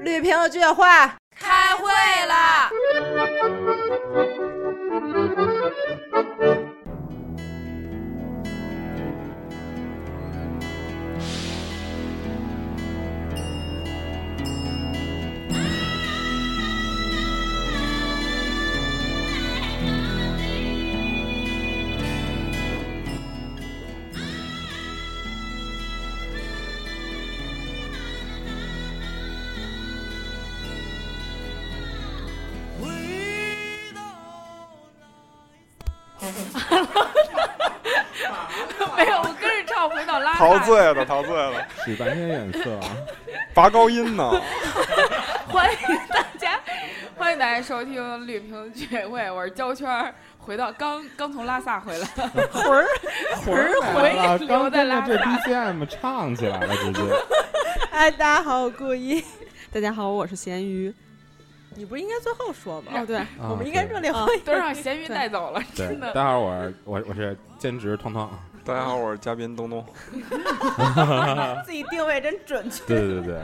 绿瓶子居委会开会啦！没有，哎我跟着唱回到拉陶醉了，陶醉了，使白天眼色啊！拔高音呢。欢迎大家，欢迎大家收听绿瓶子居委会，我是焦圈儿，回到刚刚从拉萨回来，魂儿魂儿回来了，留啊在刚跟着拉这萨。 BGM 唱起来了，直接。 哎，大家好，我故意。大家好，我是咸鱼。你不是应该最后说吗？哦，对，我们应该热啊对烈欢迎。都让咸鱼带走了，对真，的大。家好，我是我我是兼职啊彤彤。 大家好，我是嘉宾东东。自己定位真准确。对对对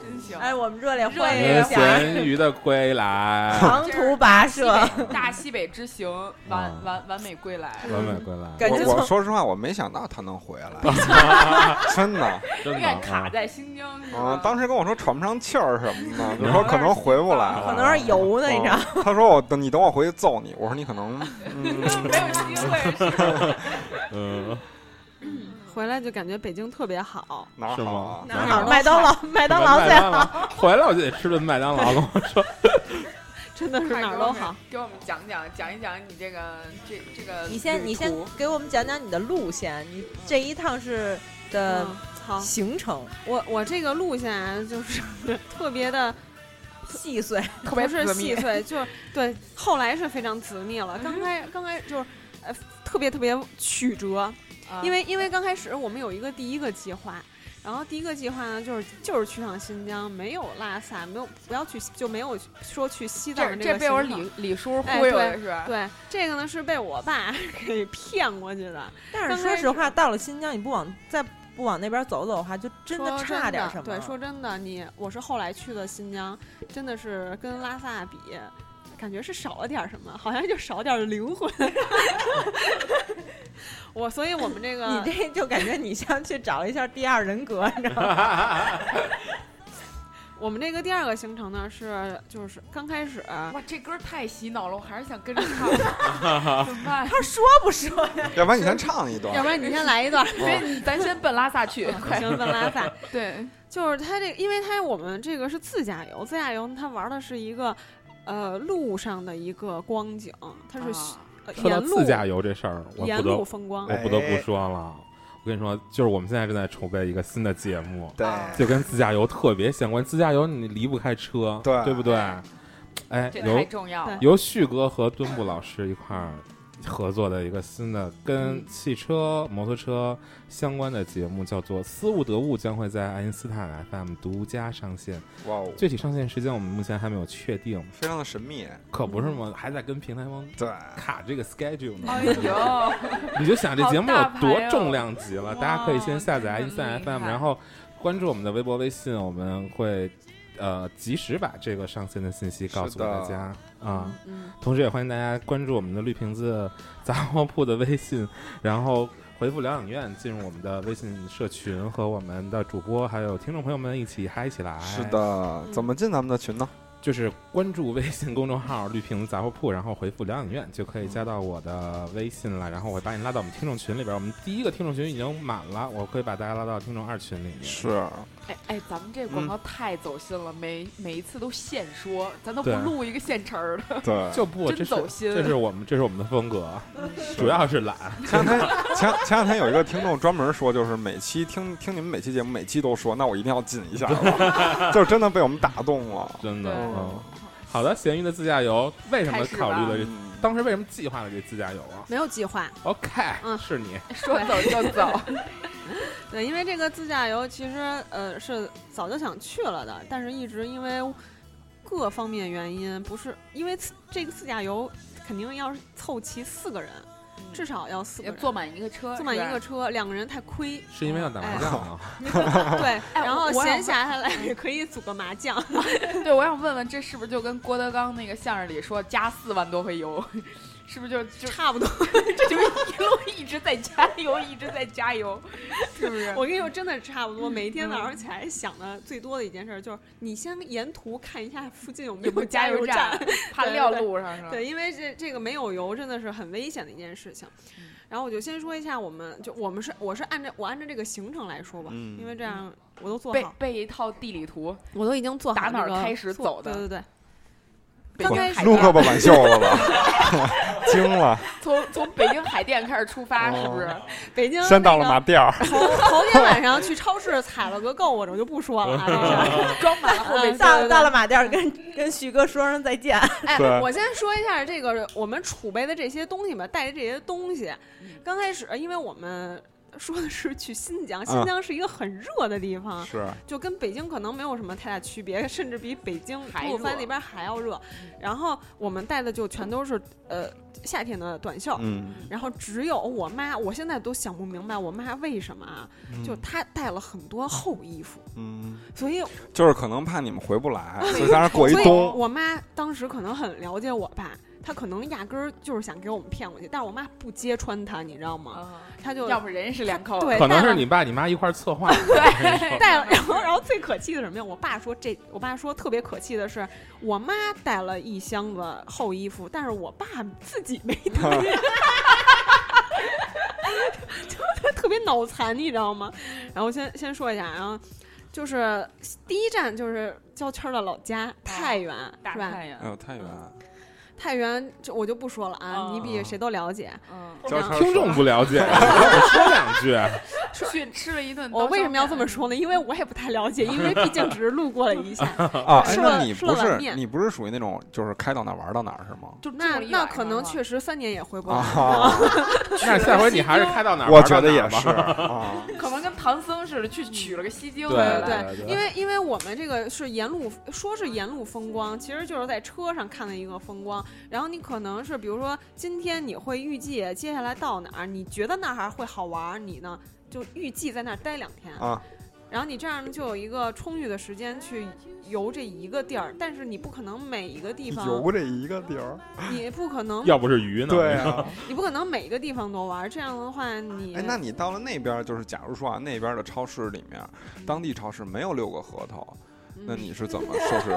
真行。 哎，我们热烈欢欢迎对，一迎下咸鱼的归 来，长途跋西涉。北大西北之行，完啊完完美归来。完美归来，感觉我我从说实话，我没想到他能回来， 真的。真永的远啊卡在新疆是嗯吧，？当时跟我说喘不上气儿什么的，就说可能回不来可了。能是油呢，你知道吗？嗯他说我等你等我回去揍你。我说你可能，嗯，没有机会是吧。嗯，回来就感觉北京特别好。哪是好吗啊？哪哪儿麦当劳，麦当劳最好。好。回来我就得吃顿麦当劳，跟我说真的是哪儿都好。给我们讲讲，讲一讲你这个这这个旅途。你先，你先给我们讲讲你的路线，你这一趟是的嗯，好，行程我我这个路线啊，就是 特别的，细碎，特别不是私密细碎，就是对，后来是非常紧密了。刚开刚开就是，呃，特别特别曲折，啊，因为因为刚开始我们有一个第一个计划。然后第一个计划呢，就是就是去趟新疆，没有拉萨，没有不要去，就没有说去西藏这的这个被我行程李李叔哎忽悠对的是吧？对这个呢是被我爸 给骗过去的。但是刚开说始实话，到了新疆，你不往再不往那边走走的话，就真的说差点真什么。的对，说真的，你我是后来去的新疆，真的是跟拉萨比，感觉是少了点什么，好像就少点灵魂。 我，所以我们这你个这就感觉你像去找了一下第二人 格，你知道吗？我们这个第二个行程呢是就是刚开始，哇，这歌太洗脑了，我还是想跟着 唱，怎么办？他说不说呀？要不然你先唱一段要。不然你先来一段，对，咱先奔拉萨 去，快！行，问拉萨。对，就是他这，因为他我们这个是自驾游，自驾游他玩的是一个。呃，路上的一个光景，它是、啊呃说到沿路自驾游这事儿，我沿不得路风光我，不得不说了，啊我跟你说，就是我们现在正在筹备一个新的节目，对就跟自驾游特别相关。自驾游你离不开车，对对不对？哎，这太由重要了。由旭哥和敦布老师一块儿合作的一个新的跟汽车、摩托车相关的节目，叫做《思悟得悟》，将会在爱因斯坦 FM 独家上线。哇哦，具体上线时间我们目前还没有确定，非常的神秘。可不是吗？还在跟平台方对，卡这个 schedule 呢。哎 呦， 你就想这节目有多重量级好大了，牌哦大家可以先下哇载 i 三真的很厉 FM，害然后关注我们的微博、微信，我们会呃及时把这个上线的信息告诉是的大家啊。嗯，同时也欢迎大家关注我们的绿瓶子杂货铺的微信，然后回复疗养院进入我们的微信社群，和我们的主播还有听众朋友们一起嗨起来。是，的，哎怎么进咱们的群呢？就是关注微信公众号“绿瓶子杂货铺”，然后回复“疗养院”就可以加到我的微信了，然后我会把你拉到我们听众群里边。我们第一个听众群已经满了，我会把大家拉到听众二群里面。是，哎哎，咱们这个广告太走心了，每每一次都现说，咱都不对录一个现成儿的。 对。就不，真这走是心这是我们这是我们的风格，主要是懒。前两天前前两天有一个听众专门说，就是每期听听你们每期节目，每期都说，那我一定要进一 下了，就真的被我们打动了。真的。对嗯，好的，咸鱼的自驾游为什么考虑了这？嗯当时为什么计划了这自驾游啊没有计划， ？OK，、嗯是你说走 就走，对，因为这个自驾游其实呃是早就想去了的，但是一直因为各方面原因，不是因为自这个自驾游肯定要凑齐四个人，至少要四个要人坐满一个车，坐满一个车。车，两个人太 亏。是因为要打麻将啊？对，哎然我后我想闲暇下来也可以组个麻 将。对，我想问问，这是不是就跟郭德纲那个相声里说加四万多回油， 是不是就就差不多。 就一路一直在加油，一直在加油，是不是？我跟你说，真的差不多。每嗯天早上起来想的最多的一件事就是，你先沿途看一下附近有没有没有加加油站站。？怕撂路上是啊吧？对，因为这这个没有油真的是很危险的一件事情嗯。然后我就先说一下，我们就我们是我是按照我按照这个行程来说吧，嗯因为这样我都做背好，背一套地理图，我都已经做好打哪儿这个开始做走的对对对，北京刚开海始撸胳淀，膊挽袖子 了，惊了，从从北京海淀开始出发，哦是不是？北京先到那了个马甸儿，头头天晚上去超市采了个购，我这就不说了啊，这事儿。装满了后备嗯对箱。到对到了马甸儿，跟跟徐哥说声再见。哎，对我先说一下这个我们储备的这些东西吧，带的这些东西嗯。刚开始，因为我们说的是去新疆，嗯新疆是一个很热的地方，是就跟北京可能没有什么太大区别，甚至比北京还吐鲁番热那边还要热。嗯然后我们带的就全都是呃夏天的短袖。嗯，然后只有我妈，我现在都想不明白我妈为什么啊，就嗯她带了很多厚衣服，嗯，所以就是可能怕你们回不来，所以在那儿过一所以冬，我妈当时可能很了解我吧，她可能压根儿就是想给我们骗过去，但是我妈不揭穿她，你知道吗？啊她就要不人是两口子，对，可能带是了你爸你妈一块儿策划的。我跟你说带了，然后然后最可气的是什么呀？我爸说这，我爸说特别可气的是，我妈带了一箱子厚衣服，但是我爸自己没带，就是特别脑残，你知道吗？然后先先说一下，然后就是第一站就是焦圈儿的老家太原，大是吧？太哎阳，呦太远，太原这我就不说了啊，嗯你哦比谁都了解。嗯，交叉听众不了 解，我说两句。去吃了一顿。我为什么要这么？说呢？因为我也不太了解，因为毕竟只是路过了一 下。啊，哎，吃了那你吃不了碗是面你不是属于那种就是开到哪儿玩到哪儿是吗？就住那了一那晚可上能了确实三年也回不来。啊，那下回你还是开到哪儿？我觉得玩也到哪儿是吧。啊，可能跟唐僧似的去取了个西经对回来。对对因为因为我们这个是沿路，说是沿路风光，其实就是在车上看的一个风光。然后你可能是比如说今天你会预计接下来到哪儿，你觉得那儿还会好玩儿，你呢就预计在那儿待两天。啊然后你这样就有一个充裕的时间去游这一个地儿，但是你不可能每一个地方，游这一个地儿，你不可能要不是鱼呢？对 啊，你不可能每一个地方都玩儿，这样的话你，哎，那你到了那边儿，就是假如说啊，那边儿的超市里面，当地超市没有六个核桃，那嗯你是怎么就是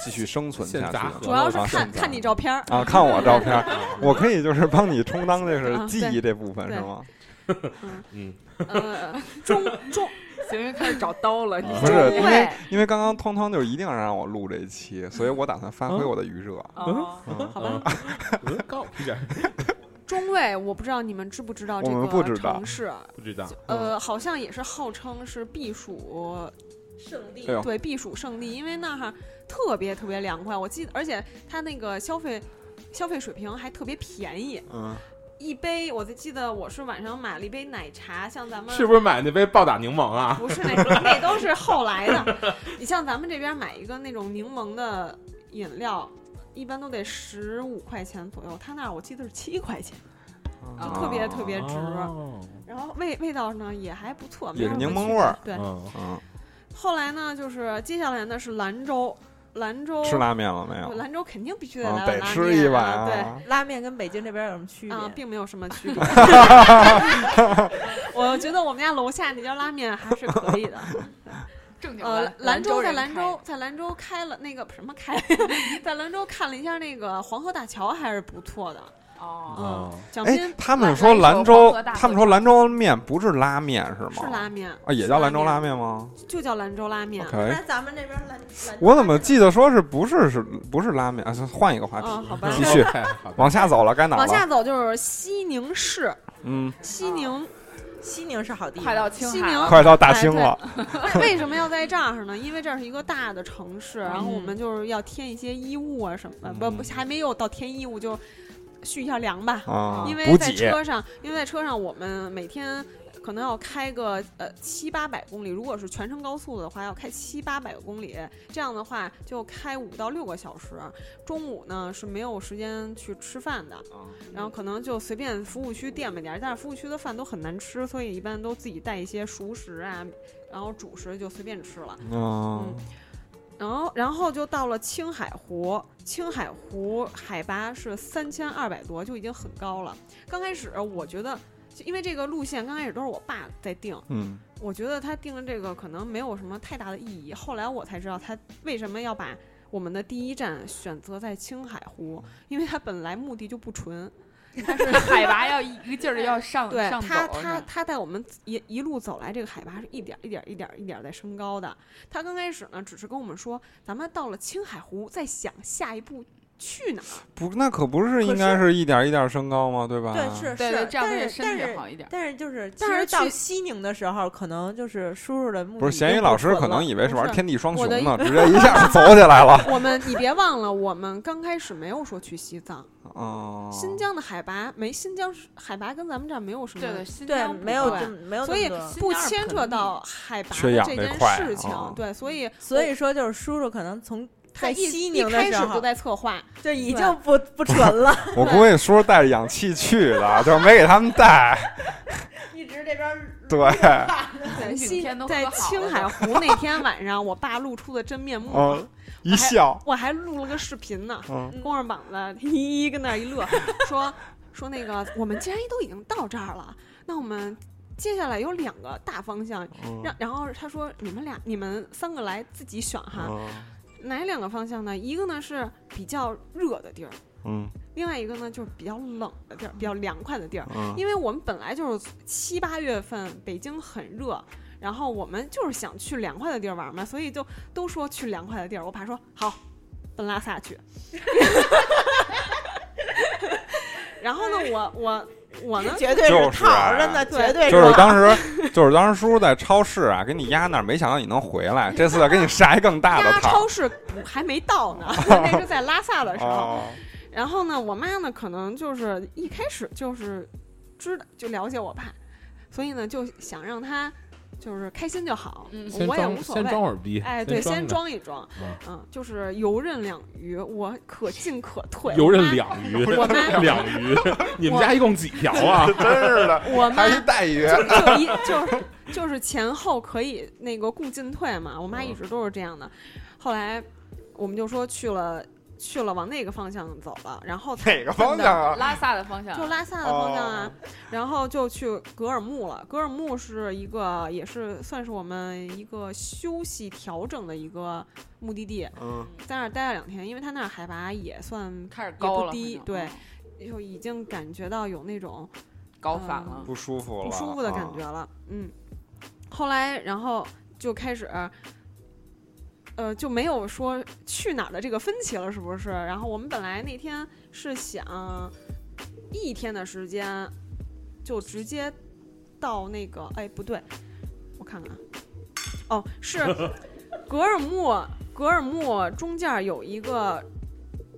继续生存下现砸去核的？主要是啊看现在看你照片儿，啊，看我照片儿， 我可以就是帮你充当这啊是记忆这部分对是吗？嗯，呃，中中行，又开始找刀了。你不是对因为因为刚刚通通就是一定要让我录这一期，所以我打算发挥我的余热。哦 嗯，好吧，嗯 高一点中卫，我不知道你们知不知道这我们不个知道城市，不知道。呃，好像也是号称是避暑，圣地哎呦对避暑胜地，因为那儿特别特别凉快。我记得，而且它那个消费消费水平还特别便宜，嗯，一杯我就记得我是晚上买了一杯奶茶，像咱们是不是买那杯暴打柠檬啊？不是那个，那都是后来的。你像咱们这边买一个那种柠檬的饮料，一般都得十五块钱左右，他那儿我记得是七块钱，就特别特嗯别值。哦然后味味道呢也还不错，没也是有什么柠檬区别味儿对，嗯，嗯，后来呢就是接下来呢是兰州，兰州吃拉面了没有？兰州肯定必须得啊，来得碗拉吃面一啊碗对。啊。拉面跟北京这边有什么区别？啊，并没有什么区别。我觉得我们家楼下那家拉面还是可以的。正经呃的，兰州在人兰开州，在兰州开了那个什么开，在兰州看了一下那个黄河大桥，还是不错的。哦，嗯哦，蒋哎斌，他们兰说兰兰州黄州河，大他们河说兰州面不是拉面是吗？是拉面啊，也叫兰州拉，面吗是就叫兰州拉面。 ？OK，那咱们这边兰，兰哎我怎么记得说是不是是不是拉面啊？换一个话题，嗯，好吧。继续太好了往下走了，该哪儿往下了？走就是西宁市，嗯，西宁西宁是好地快方，到青嗯西海宁了，快到哎大兴了，为为什么要在这儿呢？因为这儿是一个大的城市，然后我嗯 们就是要添一些衣物啊什么的，不嗯不还没有到添衣物，就蓄一下粮吧。啊因，为补在给，车上，因为在车上我们每天。可能要开个呃七八百公里，如果是全程高速的话，要开七八百公里，这样的话就开五到六个小时。中午呢是没有时间去吃饭的，然后可能就随便服务区垫吧点儿，但是服务区的饭都很难吃，所以一般都自己带一些熟食啊，然后主食就随便吃了。嗯嗯，然后，然后就到了青海湖。青海湖海拔是三千二百多，就已经很高了。刚开始我觉得，就因为这个路线刚开始都是我爸在定，嗯，我觉得他定的这个可能没有什么太大的意义。后来我才知道他为什么要把我们的第一站选择在青海湖，因为他本来目的就不纯。海拔要一个劲儿的 要上对上他，走他呢，他带我们一一路走来，这个海拔是一点儿一点儿一点儿一点儿在升高的。他刚开始呢，只是跟我们说，咱们到了青海湖，再想下一步去哪儿。不，那可不是应该是一点一点升高吗？对吧？对，是对是对，，这样但对是但身体是好一点。但是就是，其但是实到去西宁的时候，可能就是叔叔的目的不是已咸鱼经老师纯可能了以为是不玩是天地双我雄的呢， 直接一下就走起来了。我们呃你 别忘了，我们刚开始没有说去西藏，哦，新疆的海拔没新疆是海拔跟咱们这儿没有什么。对对，新对疆不没有高这么没有所那以么多不新疆牵肯扯定到海拔缺的氧这这件块事情哦，对，所以所以说就是叔叔可能从他在一西一宁的开时始就候在 策划，就已对经不不纯 了，我估计叔叔带着氧气去的，就是没给他们 带。一直 这边对，在 红西景天都喝在好了青都海湖那天晚上，我爸露出的真面目，嗯，一笑，哦我还录了个视频呢，嗯，光着膀子，嘿嘿，跟那儿一乐， 说说那个，我们既然都已经到这儿了，那我们接下来有两个大方向，嗯让然后他说你们俩你们三个来自己选嗯哈，哪两个方向呢？一个呢是比较热的地儿，嗯另外一个呢就是比较冷的地儿，比较凉快的地儿。嗯因为我们本来就是七八月份北京很热，然后我们就是想去凉快的地儿玩嘛，所以就都说去凉快的地儿。我爸说好，奔拉萨去。 然后呢，我我我呢，绝对就是套着啊呢，对绝对就是套当时，就是当时叔叔在超市啊，给你压那儿，没想到你能回来，这次给你下一更大压的套。超市不还没到 呢，那是在拉萨的时候。哦，然后呢，我妈呢，可能就是一开始就是知道就了解我爸，所以呢就想让他就是开心就好，嗯先我也装无所先谓。装会儿逼，哎，对，先装装一装嗯，嗯，就是游刃两鱼，我可进可退。着游刃我妈，两鱼，我妈 两鱼，你们家一共几条 啊？真是的，我妈还一待遇。就就一就是就是前后可以那个顾进退嘛，我妈一直嗯都是这样的。后来我们就说去了去了往那个方向走了，然后才哪个方向啊？哦拉萨的方向就拉萨的方向啊，然后就去格尔木了。格尔木是一个，也是算是我们一个休息调整的一个目的地，嗯在那儿待了两天，因为它那儿海拔也算开始也高不了，低反正对嗯就已经感觉到有那种高反嗯了。不舒服了，不舒服的感觉啊。了。嗯，后来然后就开始，呃，就没有说去哪儿的这个分歧了，是不是？然后我们本来那天是想一天的时间就直接到那个，哎，不对，我看看啊，哦，是格尔木，格尔木中间儿有一个。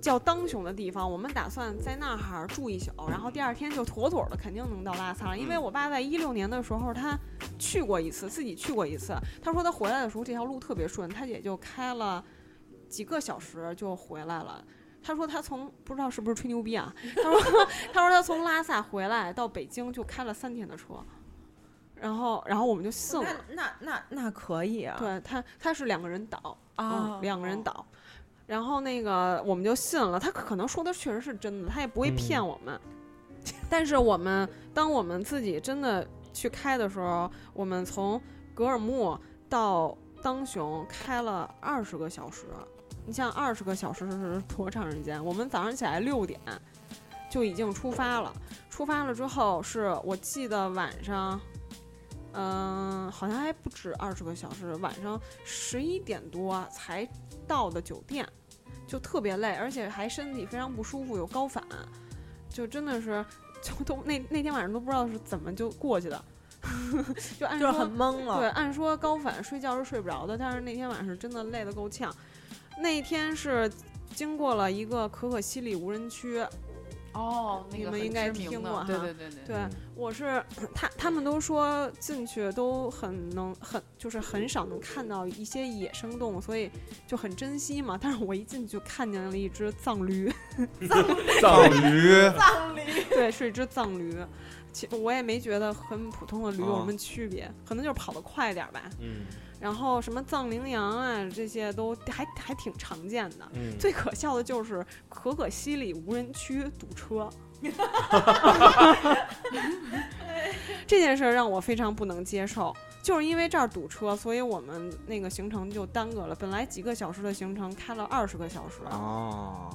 叫当雄的地方，我们打算在那儿住一宿，然后第二天就妥妥的肯定能到拉萨了。因为我爸在一六年的时候他去过一次，自己去过一次。他说他回来的时候这条路特别顺，他也就开了几个小时就回来了。他说他从不知道是不是吹牛逼啊，他说他说他从拉萨回来到北京就开了三天的车，然后然后我们就信了。那那那那可以啊，对他，他是两个人倒哦啊嗯两个人倒。然后那个我们就信了，他可可能说的确实是真的，他也不会骗我们。 但是我们当我们自己真的去开的时候，我们从格尔木到当雄开了二十个小时。你像二十个小时是多长时间？我们早上起来六点就已经出发了，出发了之后是我记得晚上，嗯、好像还不止二十个小时，晚上十一点多才到的酒店，就特别累，而且还身体非常不舒服，有高反，就真的是就都那 那天晚上都不知道是怎么就过去的， 就按就说是很懵对，了。按说高反睡觉是睡不着的，但是那天晚上是真的累得够呛。那天是经过了一个可可西里无人区，哦，那你个们很应该知名听的过对哈对对对。对、我是他，他们都说进去都很能很就是很少能看到一些野生动物，所以就很珍惜嘛。但是我一进去就看见了一只藏驴， 藏驴，葬礼，对，是一只藏驴。其我也没觉得跟普通的驴有什么区别，可能就是跑得快点儿吧。嗯然后什么藏羚羊啊，这些都还还挺常见的。嗯，最可笑的就是可可西里无人区堵车，这件事儿让我非常不能接受。就是因为这儿堵车，所以我们那个行程就耽搁了。本来几个小时的行程，开了二十个小时。 哦，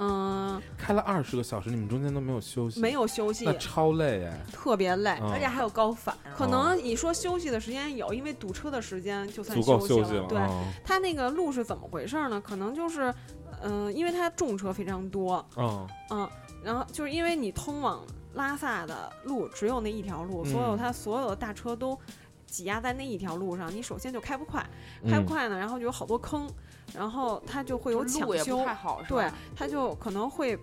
嗯，开了二十个小时，你们中间都没有休息，没，有休息那，超累哎，特别累。嗯而且还有高反，啊可能你说休息的时间有，因为堵车的时间就算足够休休息对，嗯它那个路是怎么回事儿呢？可能就是，嗯、因为它重车非常多，嗯嗯，然后就是因为你通往拉萨的路只有那一条路，嗯所有它所有的大车都挤压在那一条路上，你首先就开不快，开嗯不快呢，然后就有好多坑，然后它就会有抢路也不修太，好，是对吧，它就可能会。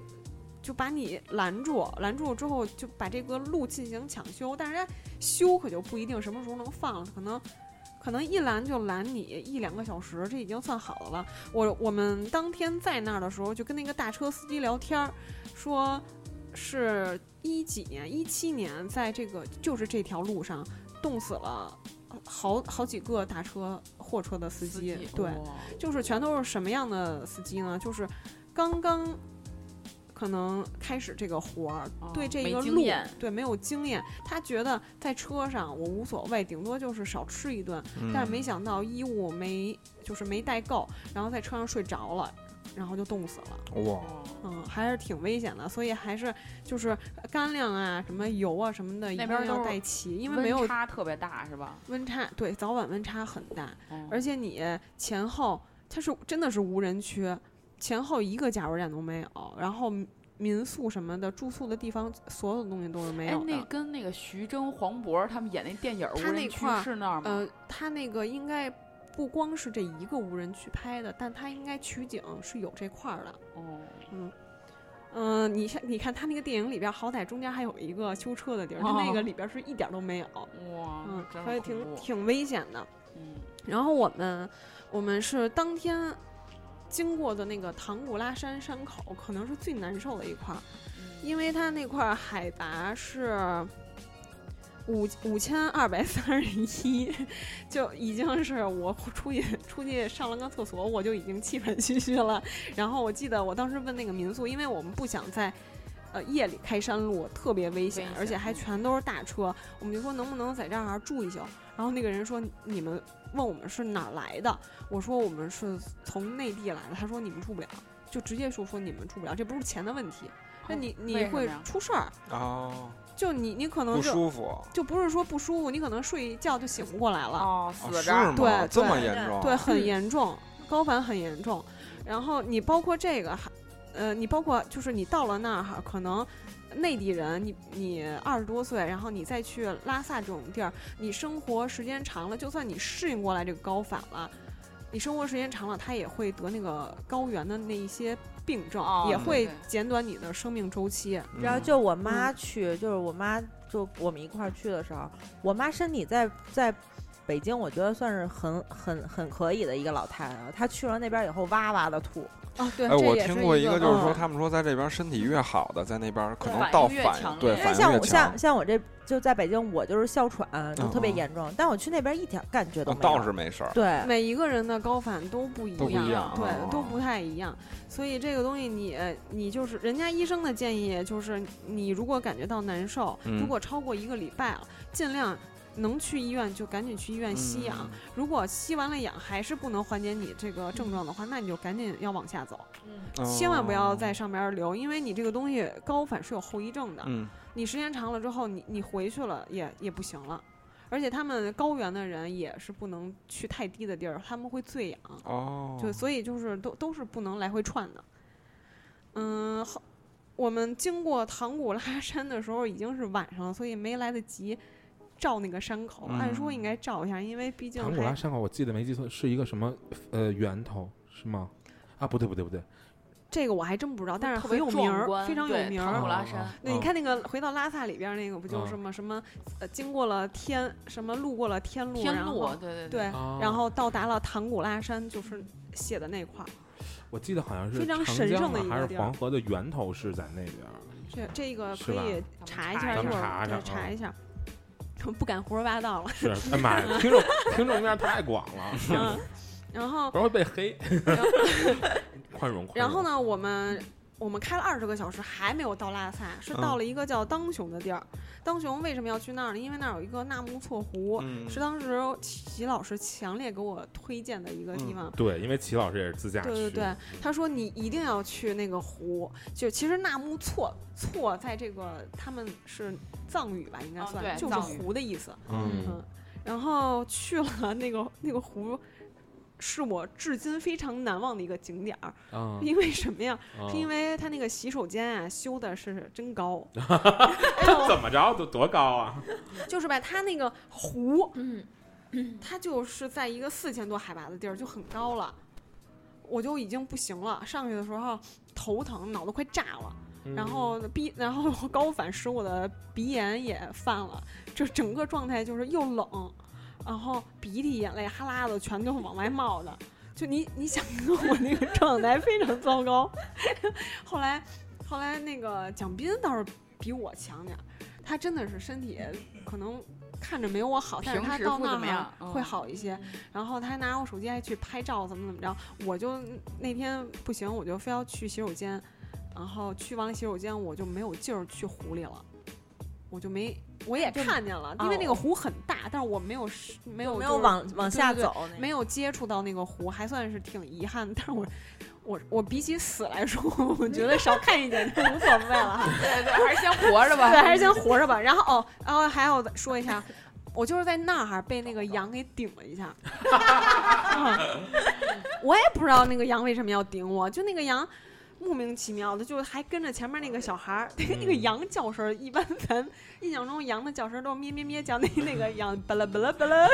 就把你拦住，拦住之后就把这个路进行抢修，但是人家修可就不一定什么时候能放了，可能可能一拦就拦你一两个小时，这已经算好的了。我我们当天在那儿的时候，就跟那个大车司机聊天儿，说是一几年，一七年，在这个就是这条路上冻死了呃好好几个大车货车的司司机，哦机哦对，哇就是全都是什么样的司机呢？就是刚刚可能开始这个活儿，哦对这没个经路验对没有经验，他觉得在车上我无所谓，顶多就是少吃一顿，嗯但是没想到衣物没就是没带够，然后在车上睡着了，然后就冻死了。嗯哇，哦嗯，还是挺危险的，所以还是就是干粮啊、什么油啊什么的，一那定边都要是带齐，因为温没有差特别大，是吧？温差，对，早晚温差很大。嗯而且你前后它是真的是无人区，前后一个加油站都没有，然后民民宿什么的住宿的地方所有的东西都是没哎有，的。那跟那个徐峥、黄渤他们演那电影《无他那人区块》儿是那儿吗？呃，它那个应该不光是这一个无人区拍的，但它应该取景是有这块儿的。哦，嗯、你像你看它那个电影里边，好歹中间还有一个修车的地儿，它那哦个里边是一点儿都没有。哇，嗯，真所是以恐挺怖。挺危险的。嗯，然后我们我们是当天经过的那个唐古拉山山口，可能是最难受的一块儿，嗯因为它那块儿海拔是五五千二百三十一，就已经是我出去出去上了个厕所，我就已经气喘吁吁了。然后我记得我当时问那个民宿，因为我们不想在。呃，夜里开山路特别危险危，险而且还嗯全都是大车。我们就说能不能在这儿住一宿？然后那个人说：“你们问我们是哪儿来的，我说我们是从内地来的，他说你们住不了，就直接说说你们住不了，这不是钱的问题，那你嗯为你什么会呀出事儿，哦，就你你可能不就舒服，就不是说不舒服，你可能睡一觉就醒不过来了，哦，哦死是这儿吗？对这么对严重，对，很嗯严重，高反很严重。然后你包括这个还，呃，你包括就是你到了那儿哈，可能内地人，你你二十多岁，然后你再去拉萨这种地儿，你生活时间长了，就算你适应过来这个高反了，你生活时间长了，他也会得那个高原的那一些病症，哦也对会对减短你的生命周期。嗯然后就我妈去，就是我妈就我们一块儿去的时候，我妈身体在在北京，我觉得算是很很很可以的一个老太太了。她去了那边以后，哇哇的吐，哦，对，哎，这我也听是过一个，就是说，嗯他们说在这边身体越好的，在那边可能反到应越反强应对烈因为反应像越我像强，像我这就在北京，我就是哮喘，就特别嗯嗯严重。但我去那边一点感觉都嗯没有。倒是没事儿，对，每一个人的高反都不一都不一样样，对，哦都不太一样。所以这个东西你，你就是人家医生的建议，就是你如果感觉到难受，嗯如果超过一个礼拜了，尽量能去医院就赶紧去医院吸嗯氧。如果吸完了氧还是不能缓解你这个症状的话，那你就赶紧要往下走，嗯，千万不要在哦，上面留，因为你这个东西高反是有后遗症的。嗯，你时间长了之后，你你回去了也也不行了。而且他们高原的人也是不能去太低的地儿，他们会醉氧，哦，就所以就是都都是不能来回串的。嗯，后我们经过唐古拉山的时候已经是晚上了，所以没来得及照那个山口。按说应该照一下，因为毕竟嗯唐古还拉山口，我记得没记错，是一个什么呃源头是吗？啊，不对不对不对，这个我还真不知道，但是特很别有名壮儿，观非常有对名汤儿姆。拉哦山，那你看那个回到拉萨里边儿那个不就嗯是什么什么呃经过了天什么路过了天路，天然路啊后，对对对，哦然后到达了唐古拉山，就是写的那块儿。我记得好像是非常长神江圣的啊一个还地是儿黄河的源头是在那边儿。这这个是可吧以咱们查一查下一儿，下一会查儿一下对查一下 儿。不敢胡说八道了，是，哎妈呀，听众听众面太广了，嗯， 然后不然会被黑。然后 宽容，宽容然后？呢，我们我们开了二十个小时还没有到拉萨，是嗯到了一个叫当雄的地儿。当雄为什么要去那儿呢？因为那儿有一个纳木错湖，嗯是当时齐老师强烈给我推荐的一个地方。对，因为齐老师也是自驾对对去对，他说你一定要去那个湖，就其实纳木错错在这个他们是藏语吧，应该哦算、对就是藏语湖的意思。嗯嗯，然后去了那个那个湖，是我至今非常难忘的一个景点儿，嗯，因为什么呀？是因为为他那个洗手间啊修的是真高，哎呦怎么着多多高 啊？就是吧，他那个湖，嗯，它就是在一个四千多海拔的地儿，就很高了，我就已经不行了，上去的时候头疼，脑子快炸了，然后鼻， 然后高反使我的鼻炎也犯了，就整个状态就是又冷，然后鼻涕、眼泪、哈喇子全都往外冒的。就你，你想我那个状态非常糟糕。 后来，后来那个蒋斌倒是比我强点儿，他真的是身体可能看着没有我好，但是平他时到不怎么那样哦嗯儿会好一些。然后他还拿我手机还去拍照，怎么怎么着。我就那天不行，我就非要去洗手间，然后去完了洗手间，我就没有劲儿去湖里了，我就没，我也就看见了，因为哦那个湖很大，但是我没有是没有没就有是往往下对对对走那个，没有接触到那个湖，还算是挺遗憾的。但是我我我比起死来说，我觉得少看一点就无所谓了哈。嗯对对，还是先活着吧， 对，还是先 活着吧。然后哦，然后还要说一下，我就是在那儿被那个羊给顶了一下， 啊我也不知道那个羊为什么要顶我，就那个羊。莫名其妙的，就还跟着前面那个小孩儿， 那个羊叫声儿，一般咱印象中羊的叫声儿都是咩咩咩叫，那那个羊巴拉巴拉巴拉，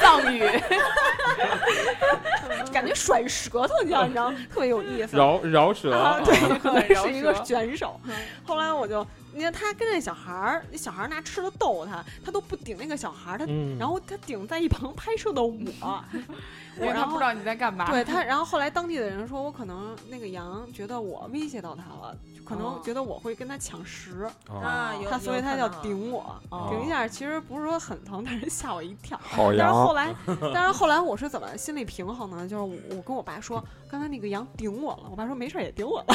藏语， 感觉甩舌头一样，你知道吗，特别有意思。饶饶舌啊， 对，可能饶是一个舌选手。后来我就，你看他跟那小孩儿，那小孩儿拿吃的逗他，他都不顶那个小孩儿，他嗯然后他顶在一旁拍摄的我，因为然他不后知道你在干嘛，对他，然后后来当地的人说，我可能那个羊觉得我威胁到他了，就可哦能觉得我会跟他抢食，啊，啊，有他所以有他可要能顶我，哦顶一下其实不是说很疼，但是吓我一跳。好但是羊，后 来，但是后来我是怎么心理平衡呢？就是我我跟我爸说，刚才那个羊顶我了，我爸说没事儿也顶我了。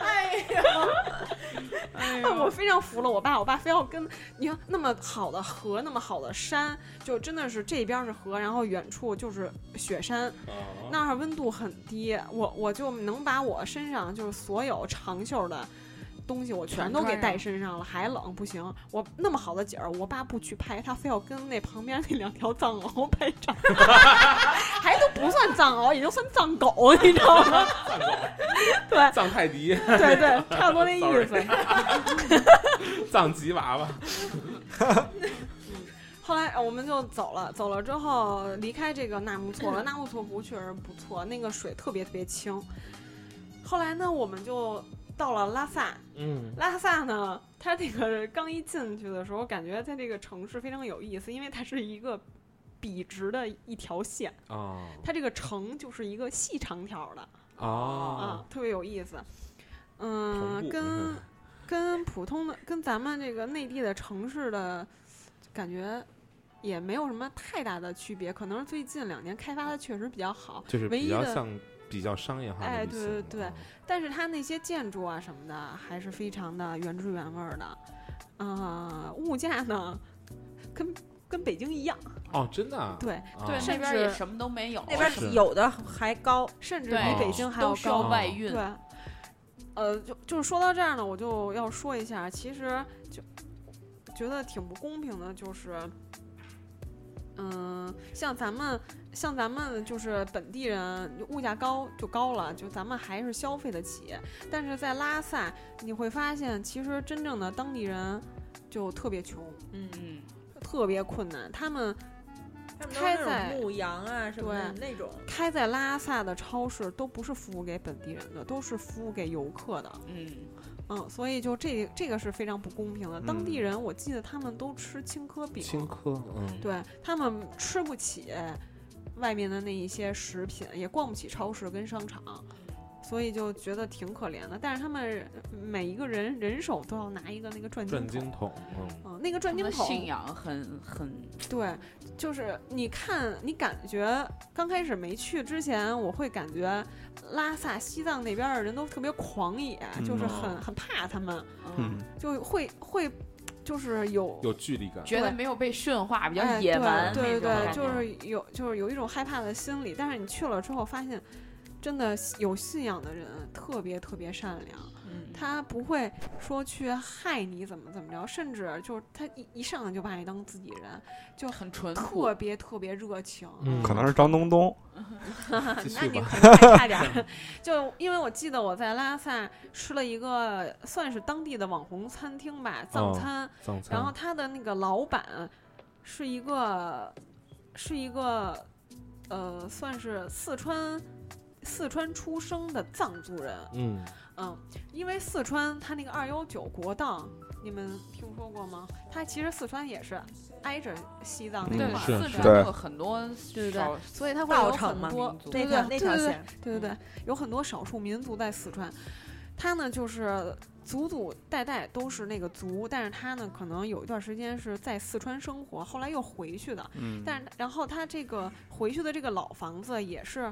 哎啊呀， 我非常服了我爸，我爸非要跟你看那么好的河，那么好的山，就真的是这边是河，然后远处就是雪山，哦那儿温度很低，我我就能把我身上就是所有长袖的东西我全都给带身上了，还冷不行。我那么好的景儿，我爸不去拍，他非要跟那旁边那两条藏獒拍照， 还都不算藏獒，也就算藏狗，你知道吗？ 对藏泰迪，对对，差不多那 意思。藏吉娃娃，后来呃我们就走了，走了之后离开这个纳木错了。纳木错湖确实不错，那个水特别特别清。后来呢，我们就到了拉萨，嗯，拉萨呢，它这个刚一进去的时候，感觉它这个城市非常有意思，因为它是一个笔直的一条线，哦它这个城就是一个细长条的啊哦，，特别有意思。同嗯，步跟跟普通的跟咱们这个内地的城市的感觉也没有什么太大的区别，可能是最近两年开发的确实比较好，就是唯比一较的像比较商业化的哎旅行了，对对对但是它那些建筑啊什么的，还是非常的原汁原味儿的。啊、物价呢，跟跟北京一样，哦，真的啊，对，啊对，那甚边也至什么都没有，那边是有的还高，甚至对比北京还要都是要高。外运，对，呃，就就是说到这儿呢，我就要说一下，其实就觉得挺不公平的，就是。嗯，像咱们，像咱们就是本地人，物价高就高了，就咱们还是消费得起。但是在拉萨，你会发现，其实真正的当地人就特别穷，嗯，特别困难。他们他们都是开那种在牧羊啊什么的那种。开在拉萨的超市都不是服务给本地人的，都是服务给游客的。嗯，嗯，所以就这这个是非常不公平的。当地人，我记得他们都吃青稞饼，嗯青稞，嗯，对他们吃不起外面的那一些食品，也逛不起超市跟商场，所以就觉得挺可怜的。但是他们每一个人人手都要拿一个那个转转经筒，经筒，嗯，嗯，那个转他们经的筒信仰很很，对，就是你看，你感觉刚开始没去之前，我会感觉拉萨、西藏那边的人都特别狂野，就是嗯很很怕他们，嗯嗯，，就会会就是有有距离感，觉得对没有被驯化，比较哎野蛮对那对种对感对，就觉是有就是有一种害怕的心理。但是你去了之后，发现真的有信仰的人特别特别善良。嗯他不会说去害你怎么怎么着，甚至就是他一一上来就把你当自己人，就很淳朴特，别特别热情。嗯可能是张东东，继那续你吧，可能还差点儿，就因为我记得我在拉萨吃了一个算是当地的网红餐厅吧，藏哦餐，藏餐然后他的那个老板是一个是一个呃，算是四川四川出生的藏族人，嗯，嗯，因为四川它那个二幺九国道，你们听说过吗？它其实四川也是挨着西藏那对，块是儿。四是川对有很多对对少所以它会有道场很嘛，多民族对那条那对对条对线，对对对，嗯有很多少数民族在四川，他呢就是祖祖代代都是那个族，但是他呢可能有一段时间是在四川生活，后来又回去的。嗯，但然后他这个回去的这个老房子也是，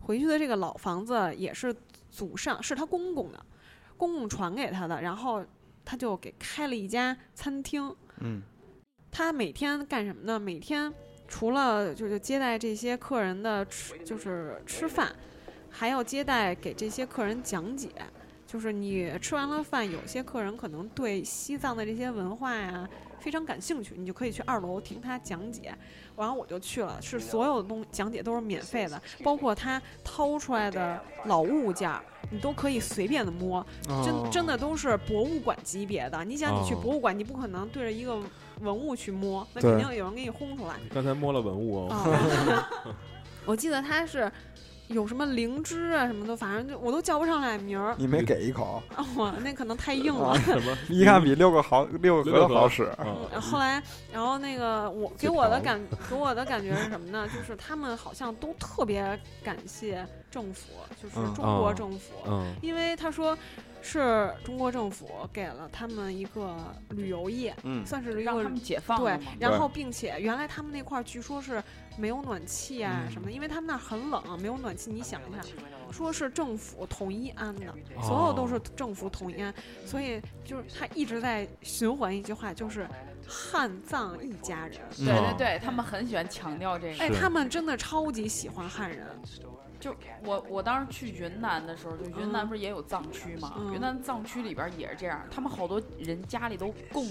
回去的这个老房子也是祖上是他公公的，公公传给他的，然后他就给开了一家餐厅，嗯他每天干什么呢？每天除了就是接待这些客人的吃，就是吃饭，还要接待给这些客人讲解。就是你吃完了饭，有些客人可能对西藏的这些文化呀非常感兴趣，你就可以去二楼听他讲解。然后我就去了，是所有的东讲解都是免费的，包括他掏出来的老物件儿，你都可以随便的摸。哦真真的都是博物馆级别的。你想，你去哦博物馆，你不可能对着一个文物去摸，那对肯定有人给你轰出来。你刚才摸了文物哦，啊， 我记得它是有什么灵芝啊什么的，反正就我都叫不上来名儿。你没给一口，哦，那可能太硬了啊。什么一看比六个好六个核六个桃核好使，嗯然后后来，然后那个我最给我的疼感给我的感觉是什么呢？就是他们好像都特别感谢政府，就是嗯中国哦政府。嗯因为他说是中国政府给了他们一个旅游业，嗯算是一让个他们解放对了嘛，然后并且原来他们那块儿据说是没有暖气啊嗯什么的，因为他们那儿很冷，没有暖气。你想一下，说是政府统一安的，哦所有都是政府统一安，所以就是他一直在循环一句话，就是汉藏一家人。对对对，他们很喜欢强调这个。哎，是他们真的超级喜欢汉人，就我我当时去云南的时候，就云南不是也有藏区嘛？嗯云南藏区里边也是这样，他们好多人家里都供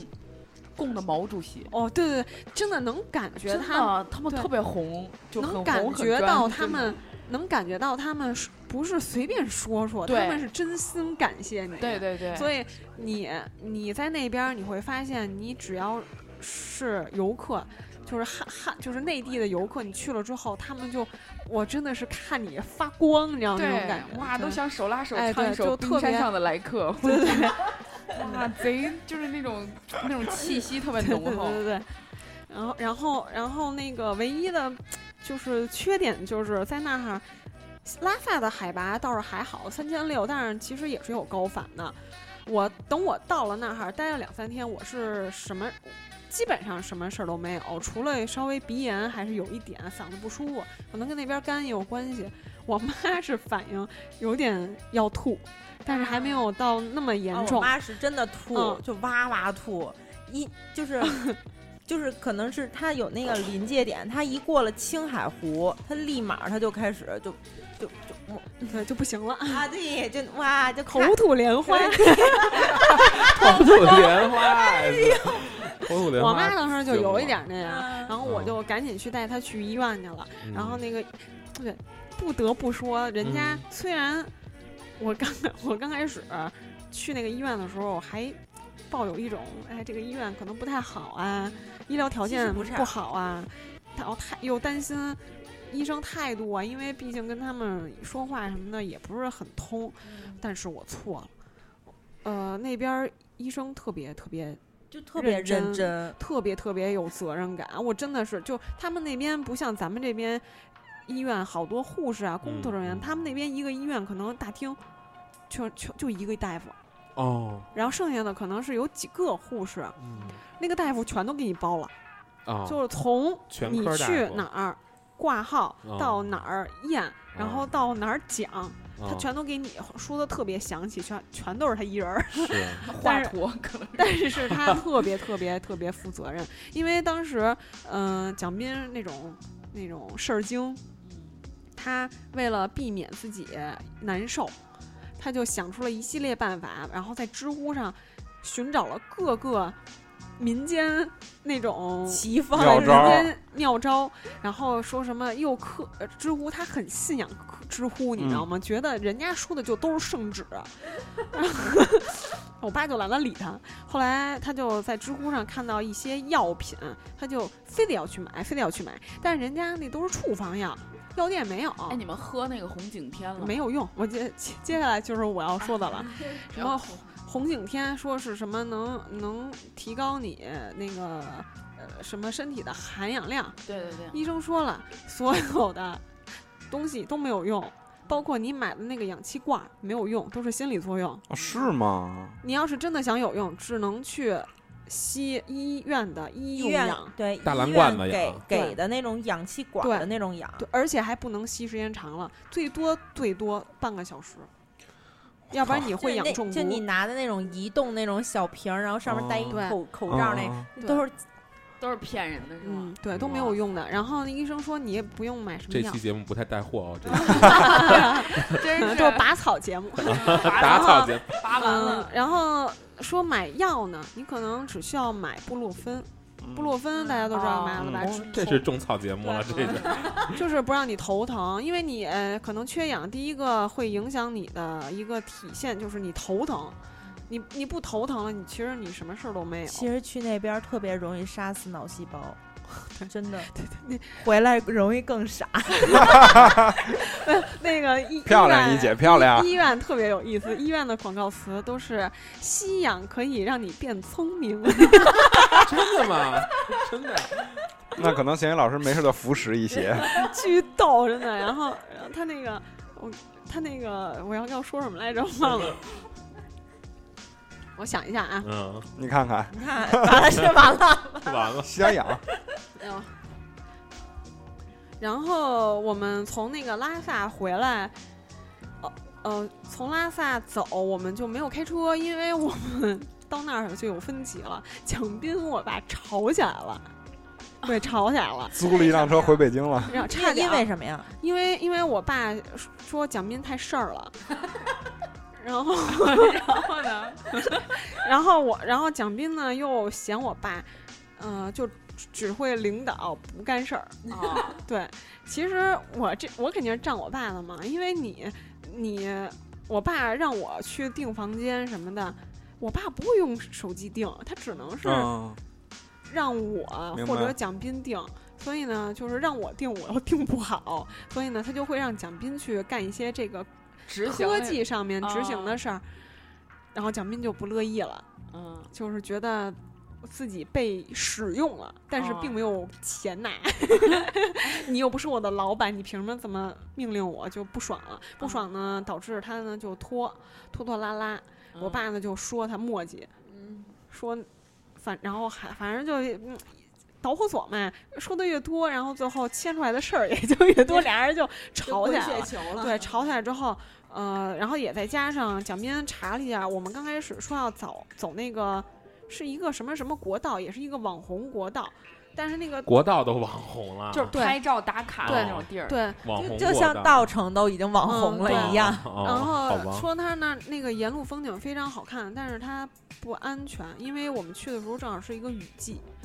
供的毛主席，哦，对对对，真的能感觉真他们的，他们对特别红，就很能红感很觉专到注他们，能感觉到他们是不是随便说说，他对们是真心感谢你。对对对，所以你你在那边儿你会发现，你只要是游客，就是汉汉就是内地的游客，你去了之后，他们就我真的是看你发光，你知道那种感对觉，哇，真都的想手拉手哎唱对一首就《冰特山别上的来客》， 对对对哇，贼就是那种那种气息特 别对浓对厚。对对。然后然后然后那个唯一的，就是缺点就是在那儿。拉萨的海拔倒是还好，三千六，但是其实也是有高反的。我等我到了那儿待了两三天，我是什么基本上什么事儿都没有，除了稍微鼻炎还是有一点嗓子不舒服，可能跟那边干也有关系。我妈是反应有点要吐，但是还没有到那么严啊我重。妈是真的吐，嗯就哇哇吐，一就是 就是可能是她有那个临界点，她一过了青海湖，她立马她就开始就就就 对，就不行了，啊对，就哇就口看吐莲 花。口吐哦莲花，口吐莲花，哎我妈当时就有一点儿那样，啊然后我就赶紧去带她去医院去了。嗯，然后那个，对，不得不说，人家嗯虽然我刚我刚开始去那个医院的时候，我还抱有一种哎，这个医院可能不太好啊，医疗条其实件不差好啊，然后太又担心医生态度啊，因为毕竟跟他们说话什么的也不是很通，但是我错了，呃，那边儿医生特别特别就特别认真认真，特别特别有责任感，我真的是就他们那边不像咱们这边医院好多护士啊、工作人员，嗯他们那边一个医院可能大厅全全就一个大夫，哦，然后剩下的可能是有几个护士，嗯，那个大夫全都给你包了，啊，就是从全你科大去夫哪儿挂号哦到哪儿验，然后哦到哪儿讲，他哦全都给你说的特别详细，全全都是他一人儿。 是，华但是哦佗可能但是是他特别特别特别负责任，因为当时，嗯、蒋斌那种那种事儿精，他为了避免自己难受，他就想出了一系列办法，然后在知乎上寻找了各个民间那种齐方 妙哎人招儿间妙招，然后说什么又科呃知乎，他很信仰科知乎，你知道吗？嗯觉得人家说的就都是圣旨。 然后我爸就懒得理他，后来他就在知乎上看到一些药品，他就非得要去买，非得要去买，但是人家那都是处方药，药店没有。哎，你们喝那个红景天了？没有用，我接接接下来就是我要说的了。然哦后红景天说是什么能能提高你那个呃什么身体的含氧量，对对对，医生说了，所有的东西都没有用，包括你买的那个氧气罐儿没有用，都是心理作用。啊是吗？你要是真的想有用，只能去吸医院的医医用院氧，对大医蓝院罐子给养给的那种氧气管对的那种氧，对，而且还不能吸时间长了，最多最多半个小时，要不然你就会是氧那中毒就。你拿的那种移动那种小瓶儿，然后上面带一哦口口罩那，啊对都是都是骗人的是吗嗯？，对，都没有用的。然后医生说你也不用买什么这药期，节目不太带货哦， 这真可能是 就是拔草节目。打拔草节拔完嗯了，，然后说买药呢，你可能只需要买布洛芬。布嗯洛嗯芬大家都知道买了吧？目，这是种草节目了，这是就是不让你头疼，因为你呃可能缺氧，第一个会影响你的一个体现就是你头疼，你你不头疼了，你其实你什么事儿都没有。其实去那边儿特别容易杀死脑细胞， 真的对，回来容易更傻。那个医 漂亮，一姐漂亮啊 医院。医院特别有意思，医院的广告词都是“吸氧可以让你变聪明 真的吗？ 真的，那可能咸鱼老师没事就服食一些。”，巨逗，真的。然后，然后他那个我他那个我要要说什么来着忘了， 我想一 下啊，嗯，你看看，你看，完了是完了，完了，吸点氧，哎呦然后我们从那个拉萨回来，呃呃，从拉萨走我们就没有开车，因为我们 到那儿就有分歧了。蒋斌跟我爸吵起来了，对，吵起来了，租了一辆车回北京了。然后差点啊因为什么呀？因为因为我爸说蒋斌太事 儿了，然后然后呢？ 然后我，然后蒋斌呢又嫌我爸，呃，就只会领导不干事儿。哦对，其实我这我肯定是仗我爸的嘛，因为你你我爸让我去订房间什么的，我爸不会用手机订，他只能是嗯，让我明白或者蒋斌订。所以呢，就是让我订，我又订不好，所以呢，他就会让蒋斌去干一些这个执行科类技，上面执行哦的事儿，然后蒋斌就不乐意了，嗯，就是觉得自己被使用了，但是哦并没有钱拿。 你又不是我的老板，你凭什么这么命令我？就不爽了，哦不爽呢，导致他呢就拖拖拖拉拉。哦我爸呢就说他磨叽，嗯，说反，然后还反正就。嗯导火索嘛，说的越多，然后最后牵出来的事儿也就越多，俩人就吵起来了。球了对，吵起来之后，呃，然后也再加上蒋斌查了一下，我们刚开始说要走走那个是一个什么什么国道，也是一个网红国道，但是那 个国道都网红了，就是对拍照打卡的对那种地儿，对，网就红就国像道稻城都已经网红嗯了一样，哦然好吧后说他那儿那个沿路风景非常好看，但是它不安全，因为我们去的时候正好是一个雨季。呃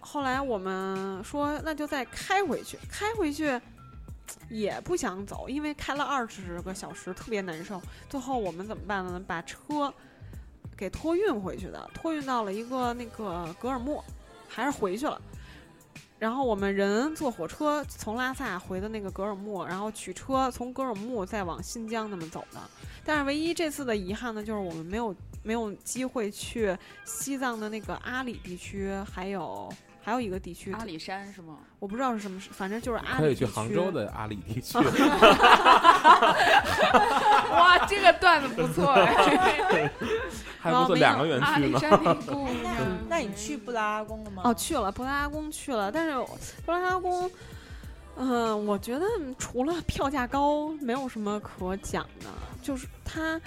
后来我们说那就再开回去，开回去也不想走，因为开了二十个小时，特别难受。最后我们怎么办呢？把车给托运回去的，托运到了一个那个格尔木，还是回去了。然后我们人坐火车从拉萨回的那个格尔木，然后取车从格尔木再往新疆那么走的。但是唯一这次的遗憾呢，就是我们没有没有机会去西藏的那个阿里地区，还有还有一个地区，阿里山是 吗？我不知道是什么，反正就是阿里可以去地区哦杭州的阿里地 区，哇，这个段子不 错哎， 还不哦错，没两有个园阿区里呢。山林啊 公园哎那那你去布达拉宫啊了吗？哦，去了布达拉宫去了，但是布达拉宫，嗯、我觉得除了票价高，没有什么可讲的，就是它。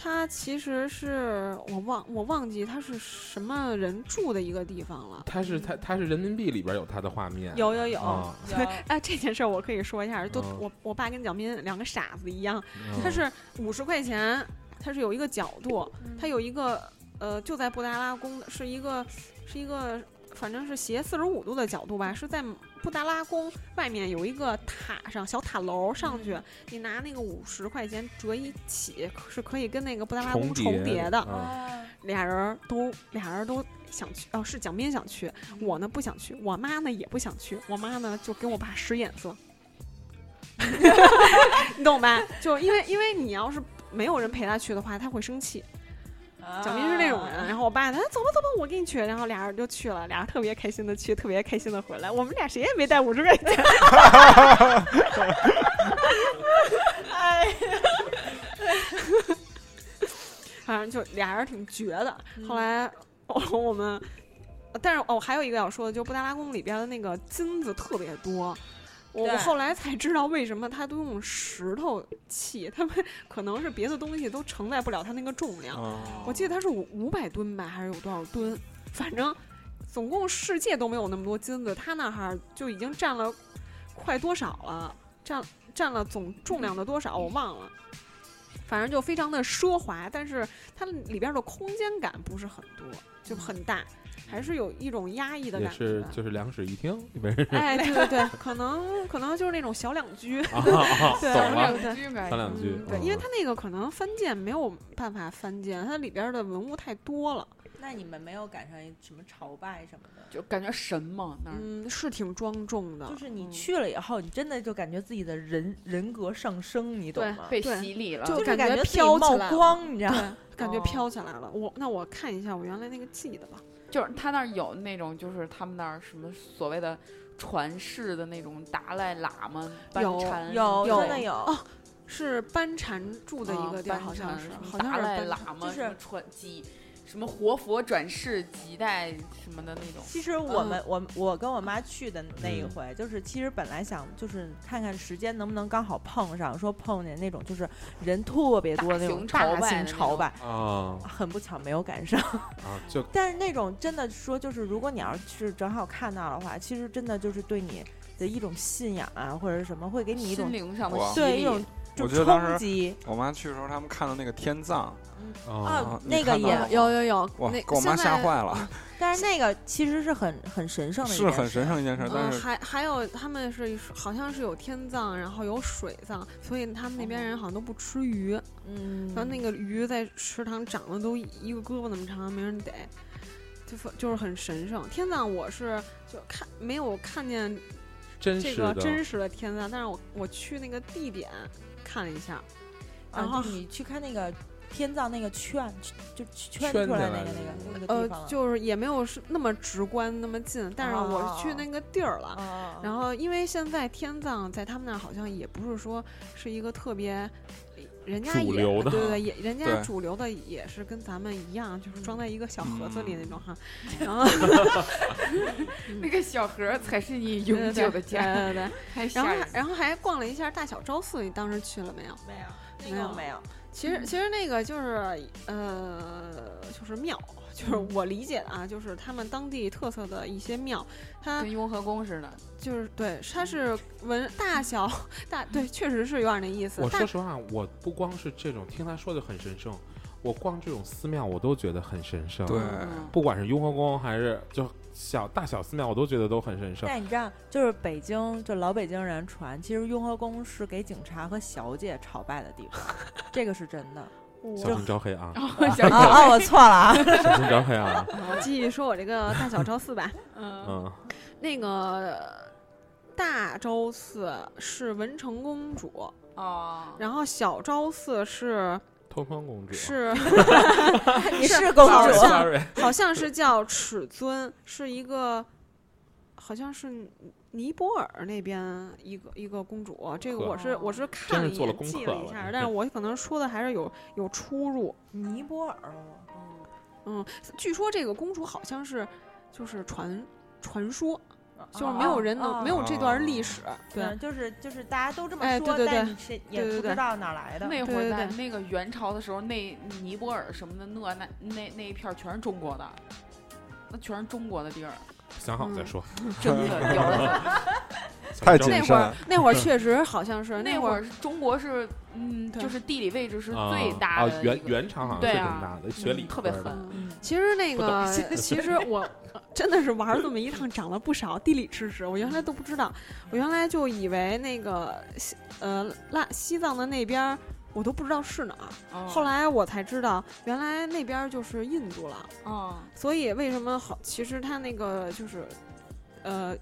它其实是我忘我忘记它是什么人住的一个地方了，它是它它是人民币里边有它的画面，有有有，啊， 对，哎，这件事儿我可以说一下，都、嗯我我爸跟蒋斌两个傻子一样，嗯它是五十块钱，它是有一个角度，它有一个呃，就在布达拉宫的是一个是一个，反正是斜四十五度的角度吧，是在布达拉宫外面有一个塔上小塔楼上去，你拿那个五十块钱折一起，是可以跟那个布达拉宫叠重叠的。啊俩人儿都俩人儿都想去，哦，是蒋斌想去，我呢不想去，我妈呢也不想去，我妈呢就跟我爸使眼色，你懂吧？就因为因为你要是没有人陪他去的话，他会生气。啊蒋斌是那种人，然后我爸呢，走吧走吧，我跟你去，然后俩人就去了，俩人特别开心的去，特别开心的回来，我们俩谁也没带五十块钱。哎反正就俩人挺绝的。后来我、我们，但是哦，还有一个要说的，就是布达拉宫里边的那个金子特别多。我对我后来才知道为什么他都用石头砌，他们可能是别的东西都承载不了它那个重量。嗯我记得它是五五百吨吧，还是有多少吨？反正总共世界都没有那么多金子，它那哈就已经占了快多少了？占占了总重量的多少？我忘了。反正就非常的奢华，但是它里边的空间感不是很多，就很大，还是有一种压抑的也感觉是。就是两室一厅，没 人哎，对对对，可能可能就是那种小两居，啊，啊对懂然后了，两句感翻两句嗯，对，嗯因为它那个可能翻建没有办法翻建，它里边的文物太多了。那你们没有赶上什么朝拜什么的？就感觉神嘛那儿。嗯，是挺庄重的就，是你嗯去了以后，你真的就感觉自己的人人格上升，你懂对吗？被对洗礼了，就就是感觉觉自己飘起冒来了光，你知道对吗？， 感觉哦飘起来了。我那我看一下我原来那个记的吧。就是他那儿有那种，就是他们那儿什么所谓的传世的那种达赖喇嘛班有禅有有真的有，哦是班禅住的一个地儿，哦班好像禅是嗯什，么好像达是赖班禅喇嘛就是什么传几什么活佛转世几代什么的那种。其实我们、我我跟我妈去的那一嗯回，就是其实本来想就是看看时间能不能刚好碰上，说碰见那种就是人特别多的那种大型朝大拜的型朝拜，啊很不巧没有赶上。 啊，就但是那种真的说就是，如果你要是正好看到的话，其实真的就是对你的一种信仰啊，或者是什么，会给你一种心灵上的哇洗对礼一种就我觉得当冲时击我妈去的时候，他们看的那个天葬，呃啊，啊那个你看到也了吗有有有，哇，那给我妈现吓在坏了，但是那个其实是很很神圣的一是件事，很神圣一件事，但嗯，是还还有他们是好像是有天葬，然后有水葬，所以他们那边人好像都不吃鱼，嗯，然后那个鱼在池塘长得都一个胳膊那么长，没人逮，就是就是很神圣。天葬我是就看没有看见真这实个的，真实的天葬，但是我我去那个地点看了一下，然然后后你去看那个天葬那个圈，就就圈圈起出来那个来的那个那个呃地方，了。就是也没有是那么直观那么近，但是我是去那个地儿了。啊然后，因为现在天葬在他们那儿好像也不是说是一个特别，人家也主流的对对对，也人家对主流的也是跟咱们一样，就是装在一个小盒子里那种哈。然后那个小盒儿才是你对永久的家，对对对。太然吓后人还了。然后还逛了一下大小昭寺，你当时去了没有？没有，那个没有，其实其实那个就是呃，就是庙，就是我理解的啊，就是他们当地特色的一些庙，它跟雍和宫似的，就是对，它是文大小大，对，确实是有点那意思我。但说实话，我不光是这种，听他说的很神圣，我逛这种寺庙我都觉得很神圣。对 嗯，不管是雍和宫还是就小大小寺庙，我都觉得都很神圣。但你知道，就是北京，就老北京人传，其实雍和宫是给警察和小姐朝拜的地方，这个是真的。小心招黑 啊！小啊啊！我错了啊！小心招黑啊！我继续说我这个大小周 四吧，嗯，嗯，那个大周四是文成公主，哦，然后小周四是东方公主 Oh, 是你是公好主，像 ，sorry，好像是叫尺尊，是一个好像是尼泊尔那边一个一个公主。这个呵我是我是看了真一是做了眼功记课了一了下，但是我可能说的还是有有出入。尼泊尔，据说这个公主好像是就是传传说，就是没有人能、哦没有这段历史。哦对，嗯，就是就是大家都这么哎说，对对但对你是对也对不对知道哪儿来的。那会对儿对在对那个元朝的时候，那尼泊尔什么的那那那那一片儿全是中国的，那全是中国的地儿，想好再嗯说。真的有的。 太小谨心那慎会儿那会儿确实好像 是那会会儿儿是中国是，嗯，对就是地理位置是啊最大啊的，一个原原厂好像对是啊挺大的，学理特别科的狠。嗯其实那不懂个， 其实我真的是玩儿这么一趟，长了不少地理知识。我原来都不知道，我原来就以为那个西呃拉西藏的那边儿，我都不知道是哪儿。嗯后，来我才知道，原来那边儿就是印度了。嗯，所以为什么好？其实它那个就是，呃，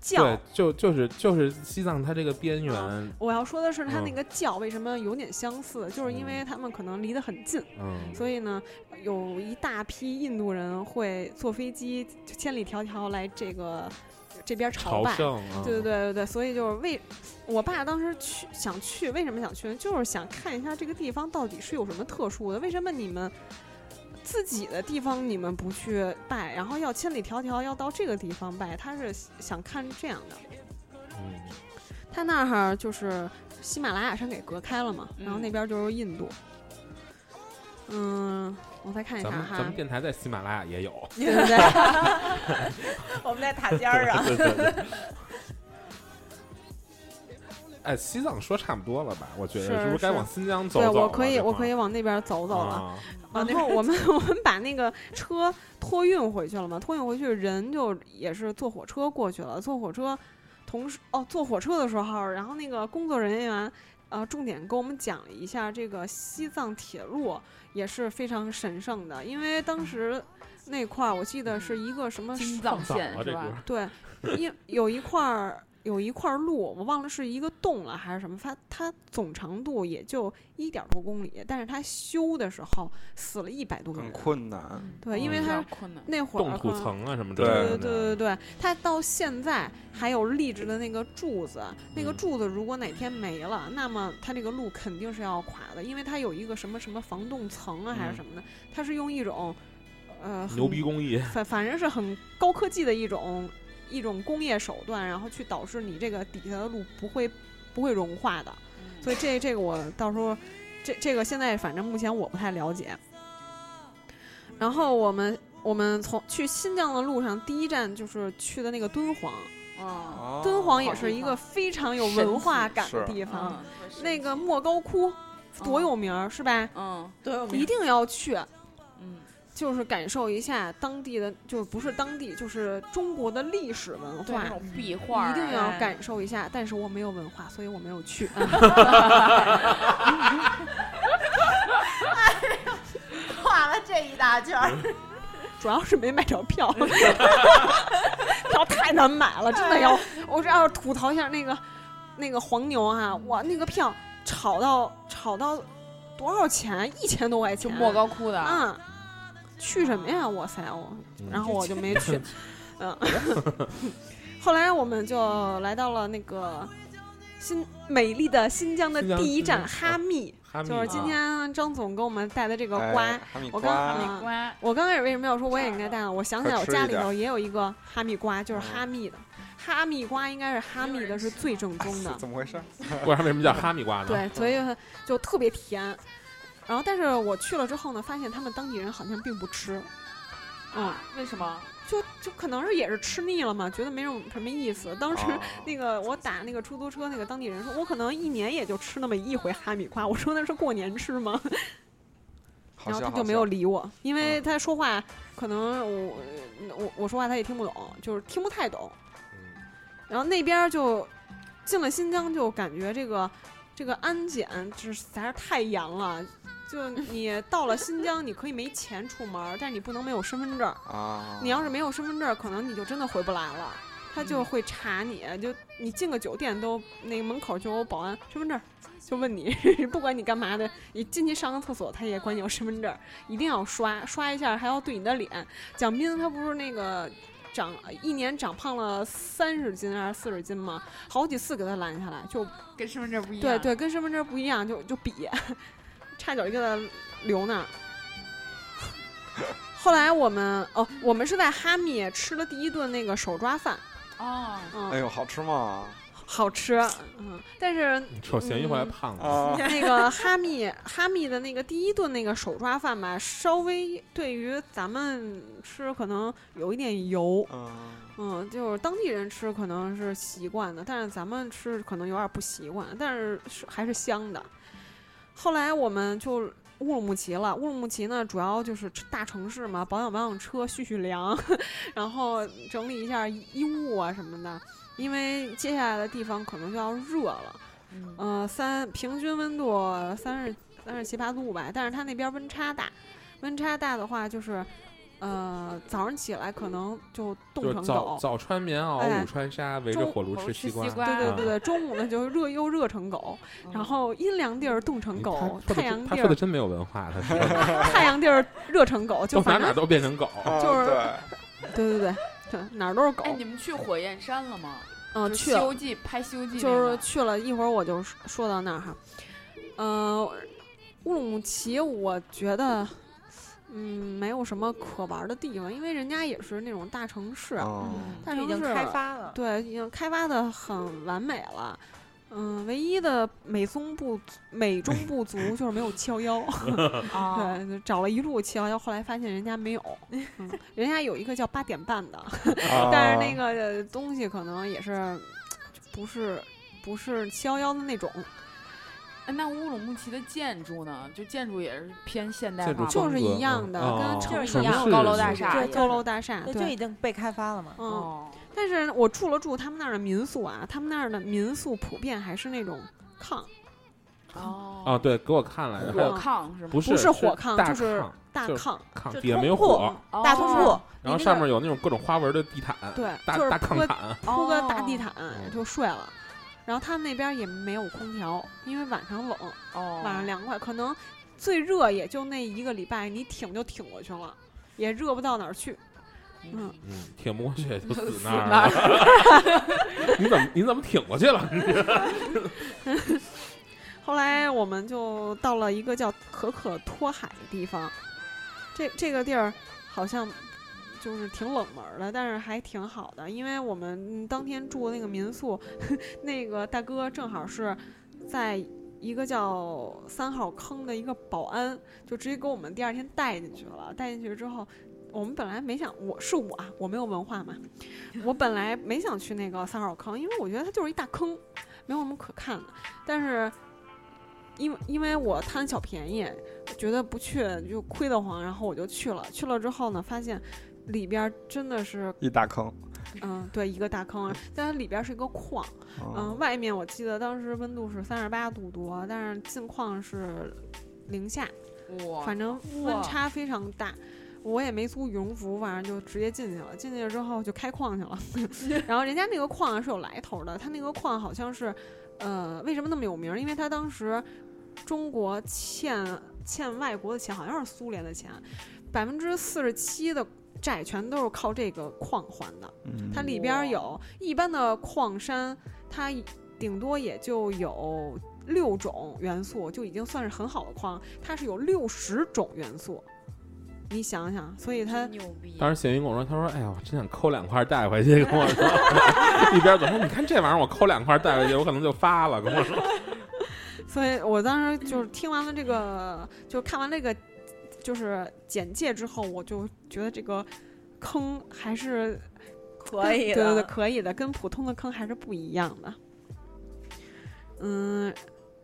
教对，就就是就是西藏它这个边缘，我要说的是它那嗯个教为什么有点相似，就是因为他们可能离得很近。嗯，所以呢，有一大批印度人会坐飞机就千里迢迢来这个这边朝朝拜。圣啊，对对对对对，所以就是为我爸当时去想去，为什么想去呢？就是想看一下这个地方到底是有什么特殊的，为什么你们自己的地方你们不去拜，然后要千里迢迢要到这个地方拜？他是想看这样的。嗯，他那儿就是喜马拉雅山给隔开了嘛，嗯然后那边就是印度。嗯，我再看一下咱们咱哈们，电台在喜马拉雅也有，对不对？ 我们在塔尖儿上。对对对。哎，西藏说差不多了吧？我觉得是不是该是往新疆走对，走了？我可以，这我会儿可以往那边走走了。啊然后我们我们把那个车托运回去了嘛，托运回去人就也是坐火车过去了，坐火车，同时哦，坐火车的时候，然后那个工作人员。呃，重点给我们讲了一下这个西藏铁路也是非常神圣的，因为当时那块儿我记得是一个什么金藏线啊是这歌吧？对，因有一块儿有一块儿路，我忘了是一个洞了还是什么，它它总长度也就一点多公里，但是它修的时候死了一百多个很人。困难。对，因嗯为比较它困难。那会儿冻可土能层啊什么之对类嗯对的。对对对对，它到现在还有立着的那个柱子，那个嗯柱子如果哪天没了，那么它这个路肯定是要垮的，因为它有一个什么什么防冻层啊还是嗯什么的，它是用一种呃牛很逼工艺，反反正是很高科技的一种一种工业手段，然后去导致你这个底下的路不会不会融化的。所以这这个我到时候这这个现在反正目前我不太了解。然后我们我们从去新疆的路上，第一站就是去的那个敦煌，嗯啊，哦敦煌也好是地一方个非常有神文奇化感的是地方。嗯，那个莫高窟多有名儿是吧？嗯 一定要去。嗯就是感受一下当地的，就是不是当地，就是中国的历史文对化那，种壁画儿一啊，定要哎感受一下。但是我没有文化，所以我没有去。嗯画了这一大圈儿，主要是没买着票， 票太难买了，真的哎要，我这要是吐槽一下那个那个黄牛啊，哇，那个票炒到炒到多少钱？一千多块就钱，莫高窟的，啊，去什么呀？哇塞，我嗯然后我就没 去。嗯，后来我们就来到了那个新美丽的新疆的新疆第一站嗯哈密，哈密就是今啊天张总给我们带的这个哎瓜。哈密我刚瓜 刚蜜瓜，我刚开始为什么要说我也应该带呢？我想起来我家里头也有一个哈密瓜，就是哈密的。哈密瓜应该是哈密的，是最正宗的是。怎么回事？不然为什么叫哈密瓜呢？对，所以就特别甜。然后，但是我去了之后呢，发现他们当地人好像并不吃，嗯，为什么？就就可能是也是吃腻了嘛，觉得没什么什么意思。当时啊 那个我打那个出租车，那个当地人说，我可能一年也就吃那么一回哈密瓜。我说那是过年吃吗？好然后笑他好就没有笑理我，因为嗯他说话可能我我我说话他也听不懂，就是听不太懂。嗯然后那边儿就进了新疆，就感觉这个这个安检这实在是太严了。就你到了新疆，你可以没钱出门，但是你不能没有身份证。啊，你要是没有身份证，可能你就真的回不来了。他就会查你，就你进个酒店都那个门口就有保安身份证，就问你， 不管你干嘛的，你进去上个厕所，他也管你要身份证，一定要刷，刷一下还要对你的脸。蒋斌他不是那个长一年长胖了三十斤还是四十斤吗？好几次给他拦下来，就跟身份证不一对样。对，跟身份证不一样，就就比， 差点就给他留那儿。后来我们哦，我们是在哈密吃了第一顿那个手抓饭，哦，嗯，哎呦，好吃吗？ 好吃，嗯，但是瞅咸鱼回来嗯胖了， 啊，那个哈密哈密的那个第一顿那个手抓饭吧，稍微对于咱们吃可能有一点油，嗯，嗯，就是当地人吃可能是习惯的，但是咱们吃可能有点不习惯，但是是还是香的。后来我们就乌鲁木齐了，乌鲁木齐呢主要就是吃大城市嘛，保养保养车，蓄蓄粮， 然后整理一下衣物啊什么的，因为接下来的地方可能就要热了，嗯呃，三平均温度三十三十七八度吧，但是它那边温差大，温差大的话就是。呃，早上起来可能就就冻是成早狗，早穿棉袄，哎午穿纱，围着火炉吃西哦中午瓜。吃西瓜对对对啊对，中午呢就热又热成狗，哦然后阴凉地儿冻成你狗，哎他说太的阳他地说的儿真没有文化， 他说太阳地儿热成狗，就都哪反哪正都变成狗。啊就是对，对对对对，哪儿都是狗哎，。你们去火焰山了吗？嗯，就去西了游记》拍《西游记》就那是个去了一会儿，我就说说到那儿哈。呃，乌鲁木齐，我觉得嗯没有什么可玩的地方，因为人家也是那种大城市，哦嗯，大已城经市开发了，对，已经开发的很完美了。嗯，唯一的美中不美中不足就是没有 七幺幺。啊，对，就找了一路七幺幺，后来发现人家没有，嗯， 人家有一个叫八点半的， 但是那个个呃东西可能也是不是不是七幺幺的那种，哎那乌鲁木齐的建筑呢？就建筑也是偏现代建化筑吗，就是一样的风格跟城哦市一样城市高楼大厦对也高是楼大厦，对，就已对，经被开发了嘛。嗯，哦，但是我住了住他们那儿的民宿啊，他们那儿的民宿普遍还是那种炕，哦啊，，对，给我看来着，还有火 炕是吗？不是不是火炕大就是炕，大就是炕，炕就底下没有通铺火，哦大通铺，然后你那个上面有那种各种花纹的地毯，对大就是大炕铺毯，铺个大地毯嗯就睡了。然后他们那边也没有空调，因为晚上冷，哦，晚上凉快，可能最热也就那一个礼拜，你挺就挺过去了，也热不到哪儿去。嗯，嗯，挺不过去也就死死那儿那了。你怎么你怎么挺过去了？后来我们就到了一个叫可可托海的地方，这这个地儿好像就是挺冷门儿的，但是还挺好的，因为我们嗯当天住那个民宿， 那个大哥正好是在。一个叫三号坑的一个保安，就直接给我们第二天带进去了。带进去之后，我们本来没想，我是我啊，我没有文化嘛，我本来没想去那个三号坑，因为我觉得它就是一大坑，没有什么可看的。但是因为因为我贪小便宜，觉得不去就亏得慌，然后我就去了。去了之后呢，发现里边儿真的是，一大坑，嗯，对，一个大坑，但它里边儿是一个矿，哦嗯，外面我记得当时温度是三十八度多，但是进矿是零下，哇反正哇温差非常大。我也没租羽绒服，反正就直接进去了。进去了之后就开矿 去了，然后人家那个矿啊是有来头的，他那个矿好像是，呃，为什么那么有名儿？因为他当时中国欠欠外国的钱，好像是苏联的钱，百分之四十七的债全都是靠这个矿还的。嗯它里边儿哇有一般的矿山，它一顶多也就有六种元素，就已经算是很好的矿。它是有六十种元素，你想想，所以它真牛逼！当时咸鱼跟我说，他说：“哎呀，我真想抠两块带回去。”跟我说， 一边走说：“你看这玩意儿，我抠两块带回去，我可能就发了。”跟我说，所以我当时就是听完了这个，就看完这个就是简介之后，我就觉得这个坑还是可以对对对，的，可以的，跟普通的坑还是不一样的。嗯，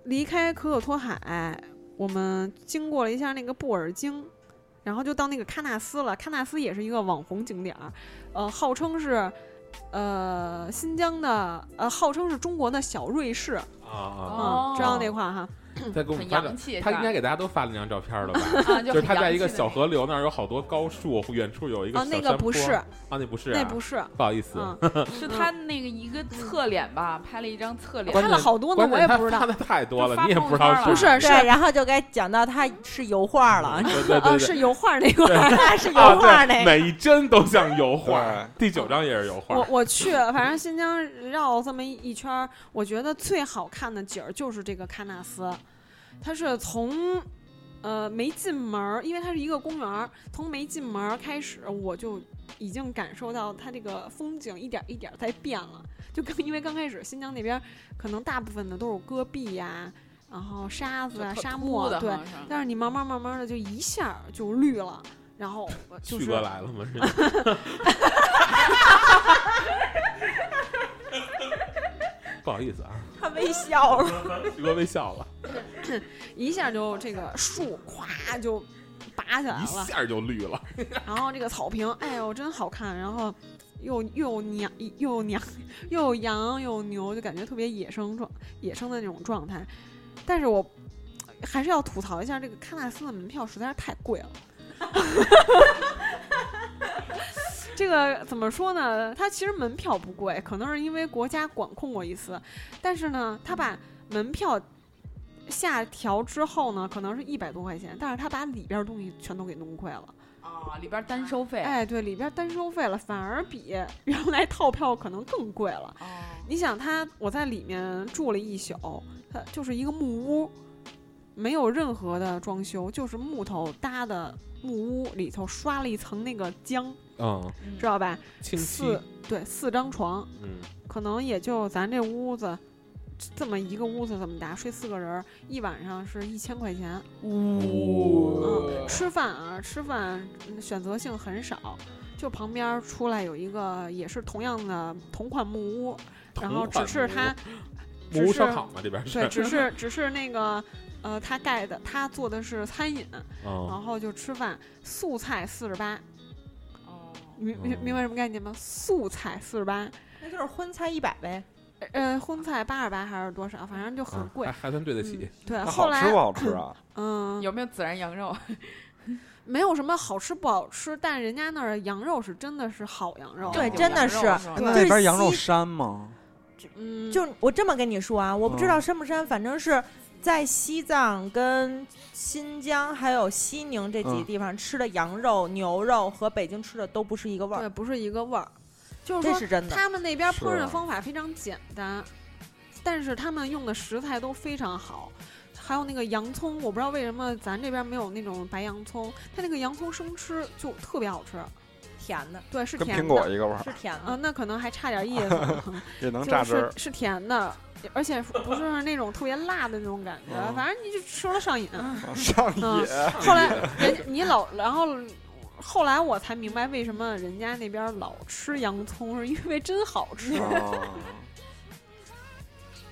离开可可托海，我们经过了一下那个布尔津，然后就到那个喀纳斯了。喀纳斯也是一个网红景点儿，呃，号称是呃新疆的呃号称是中国的小瑞士，啊哦嗯，知道那款哈，啊！再给我哦很们发洋张，气，他是吧应该给大家都发了那张照片了吧？啊，就 就是很他在洋一个气的小那河流那儿有好多高树，远处有一个啊小山那个不坡是，啊，那不是啊，那不是，不好意思，嗯，是他那个一个侧脸吧，拍了一张侧脸，拍关键了好多呢关，我键也他不知发道，的太多就发了，你也朋友不知道圈是了不是是对，然后就该讲到它是油画了，对对 哦对对是油画那块儿。 它是油啊画对那个。每一帧都像油画对，第九张也是油画我，我去，反正新疆绕这么一一圈儿，我觉得最好看的景儿就是这个喀纳斯，它是从。呃，没进门儿，因为它是一个公园儿，从没进门儿开始，我就已经感受到它这个风景一点儿一点儿在变了。就刚因为刚开始新疆那边儿可能大部分的都是戈壁呀、然后沙子啊、就特沙秃漠，的，对好。像是但是你慢慢慢慢的就一下儿就绿了，然后就旭是哥来了吗？是不好意思啊，他微笑了，旭哥微笑了，一下就这个树咵就拔起来一了，下就绿了，然后这个草坪，哎呦真好看，然后又又娘又娘又有羊又有牛，就感觉特别野生状野生的那种状态。但是我还是要吐槽一下，这个喀纳斯的门票实在是太贵了。 这个怎么说呢？它其实门票不贵，可能是因为国家管控过一次，但是呢，它把门票下调之后呢，可能是一百多块钱，但是他把里边儿东西全都给弄贵了。啊，里边单收费，哎，对，里边儿单收费了，反而比原来套票可能更贵了。哦，你想他，我在里面住了一宿，它就是一个木屋，没有任何的装修，就是木头搭的木屋，里头刷了一层那个浆，嗯，嗯知道吧？清晰四，对四张床，嗯，可能也就咱这屋子。这么一个屋子这么大，睡四个人儿，一晚上是一千块钱。哦吃饭啊，吃饭嗯选择性很少，就旁边儿出来有一个也是同样的同款木屋，然后只是它，木只屋是烧烤嘛，这边是对，，只是只是那个呃，他盖的他做的是餐饮，嗯然后就吃饭，素菜四十八，哦明明明白什么概念吗？素菜四十八， 那就是荤菜一百呗。呃，荤菜八十八还是多少，反正就很嗯贵还。还算对得起嗯，对，它后好来吃不好吃啊？嗯，有没有孜然羊肉？ 没有什么好吃不好吃，但人家那儿羊肉是真的是好哦羊肉，对有真的羊是肉吧对就是那边羊肉西膻吗？嗯，就是我这么跟你说啊，我不知嗯道深不深，反正是在西藏、跟新疆还有西宁这几个嗯地方吃的羊肉、牛肉和北京吃的都不是一个味儿，对，不是一个味儿，就是这说是真的。他们那边烹是饪啊方法非常简单，但是他们用的食材都非常好，还有那个洋葱，我不知道为什么咱这边没有那种白洋葱，它那个洋葱生吃就特别好吃，甜的，对，是跟甜的，苹果一个味儿，是甜啊、的。那可能还差点意思，也能榨就汁是 儿。啊是甜的。而且 不是那种特别辣的那种感觉，嗯反正你就吃了上瘾。啊嗯上瘾，后来人你老，然后后来我才明白为什么人家那边老吃洋葱，是因为真好吃。哦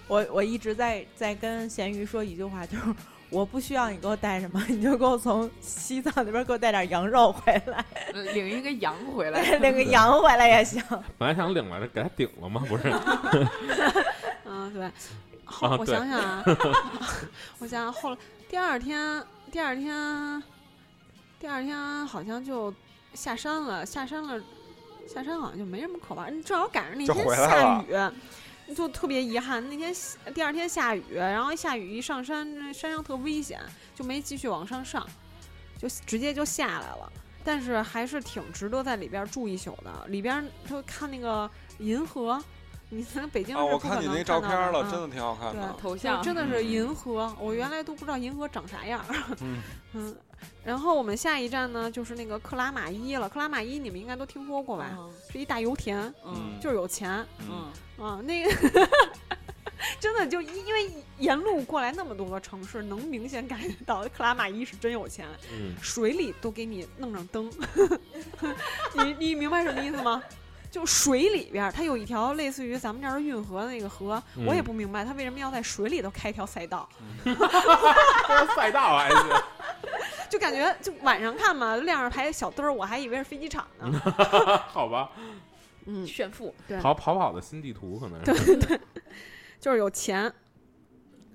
我我一直在在跟咸鱼说一句话，就是我不需要你给我带什么，你就给我从西藏那边给我带点羊肉回来，领一个羊回来，嗯带那个羊回来也行。本来想领来着，给他顶了吗？不是， 嗯，对。后、啊我对想 想啊，我想想后来第二天，第二天，第二天好像就下山了，下山了，下山好像就没什么可玩。正好赶上那就天回来下雨，就特别遗憾。那天下第二天下雨，然后一下雨一上山，那山上特危险，就没继续往上上，就直接就下来了。但是还是挺值得在里边住一宿的，里边就看那个银河，你在北京啊！是我不可看你能那照到片儿了，啊真的挺好看的。头就像真的是嗯银河，我原来都不知道银河长啥样。嗯， 嗯，然后我们下一站呢就是那个克拉玛依了。克拉玛依你们应该都听说过吧？嗯是一大油田，嗯就是有钱嗯，嗯，啊。那个 真的就因因为沿路过来那么多个城市，能明显感觉到克拉玛依是真有钱，嗯，水里都给你弄上灯。 你你明白什么意思吗？就水里边儿，它有一条类似于咱们这儿的运河的那个河，我也嗯不明白它为什么要在水里头开一条赛道。这是赛道还是？就感觉就晚上看嘛，亮着排小灯儿，我还以为是飞机场呢。好吧，嗯，炫富，对跑跑跑的新地图可能是就是有钱。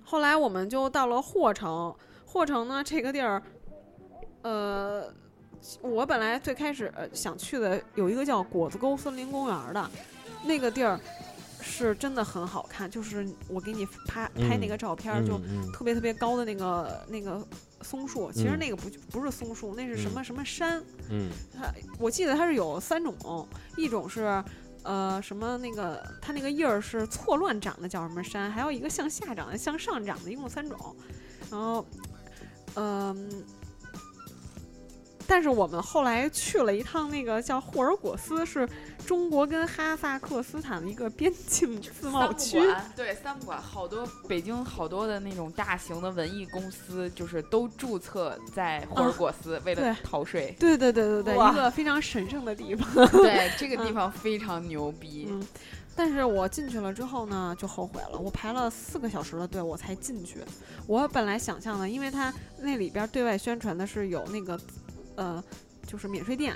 后来我们就到了霍城，霍城呢这个地儿，呃，我本来最开始呃想去的有一个叫果子沟森林公园的，那个地儿是真的很好看，就是我给你拍拍那个照片儿，就嗯特别特别高的那个那个松树，其实嗯那个不不是松树，那是什嗯么什么山，嗯它我记得它是有三种，一种是呃什么那个它那个叶儿是错乱长的，叫什么山，还有一个向下长的、向上长的，一共三种。然后，嗯、但是我们后来去了一趟那个叫霍尔果斯，是中国跟哈萨克斯坦的一个边境 自贸三不区。管，对三不管，好多北京好多的那种大型的文艺公司，就是都注册在霍尔果斯，为了啊对。逃税 对对对对对，哇一个非常神圣的地方。 对，这个地方非常牛逼。嗯，但是我进去了之后呢，就后悔了。我排了四个小时的队，我才进去。我本来想象的，因为它那里边儿对外宣传的是有那个，呃，就是免税店，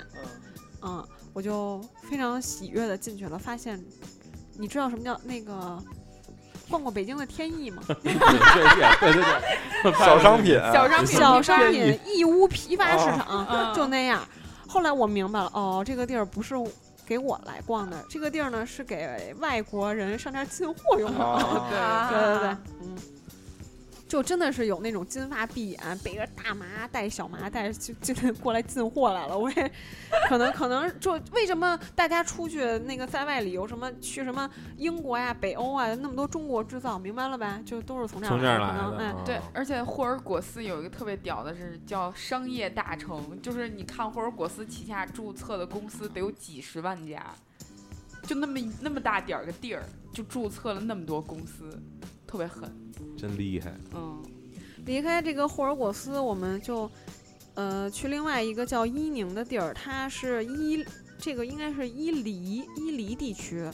嗯，我就非常喜悦的进去了。发现，你知道什么叫那个逛逛北京的天意吗？对对对对对，小商品，小商品， 小品，商品义乌批发市场、嗯 就那样。后来我明白了，哦，这个地儿不是给我来逛的，这个地儿呢是给外国人上这儿进货用 的。啊，对，哦对对对，嗯，就真的是有那种金发碧眼，背着大麻袋、小麻袋，就就过来进货来了。我也可能可能就为什么大家出去那个在外旅游，什么去什么英国呀、北欧啊，那么多中国制造，明白了吧？就都是从这儿从这儿来可能哎的，对，而且霍尔果斯有一个特别屌的是叫商业大城，就是你看霍尔果斯旗下注册的公司得有几十万家，就那么一那么大点儿个地儿，就注册了那么多公司，特别狠。真厉害，嗯，离开这个霍尔果斯，我们就呃去另外一个叫伊宁的地儿，它是伊这个应该是伊犁伊犁地区。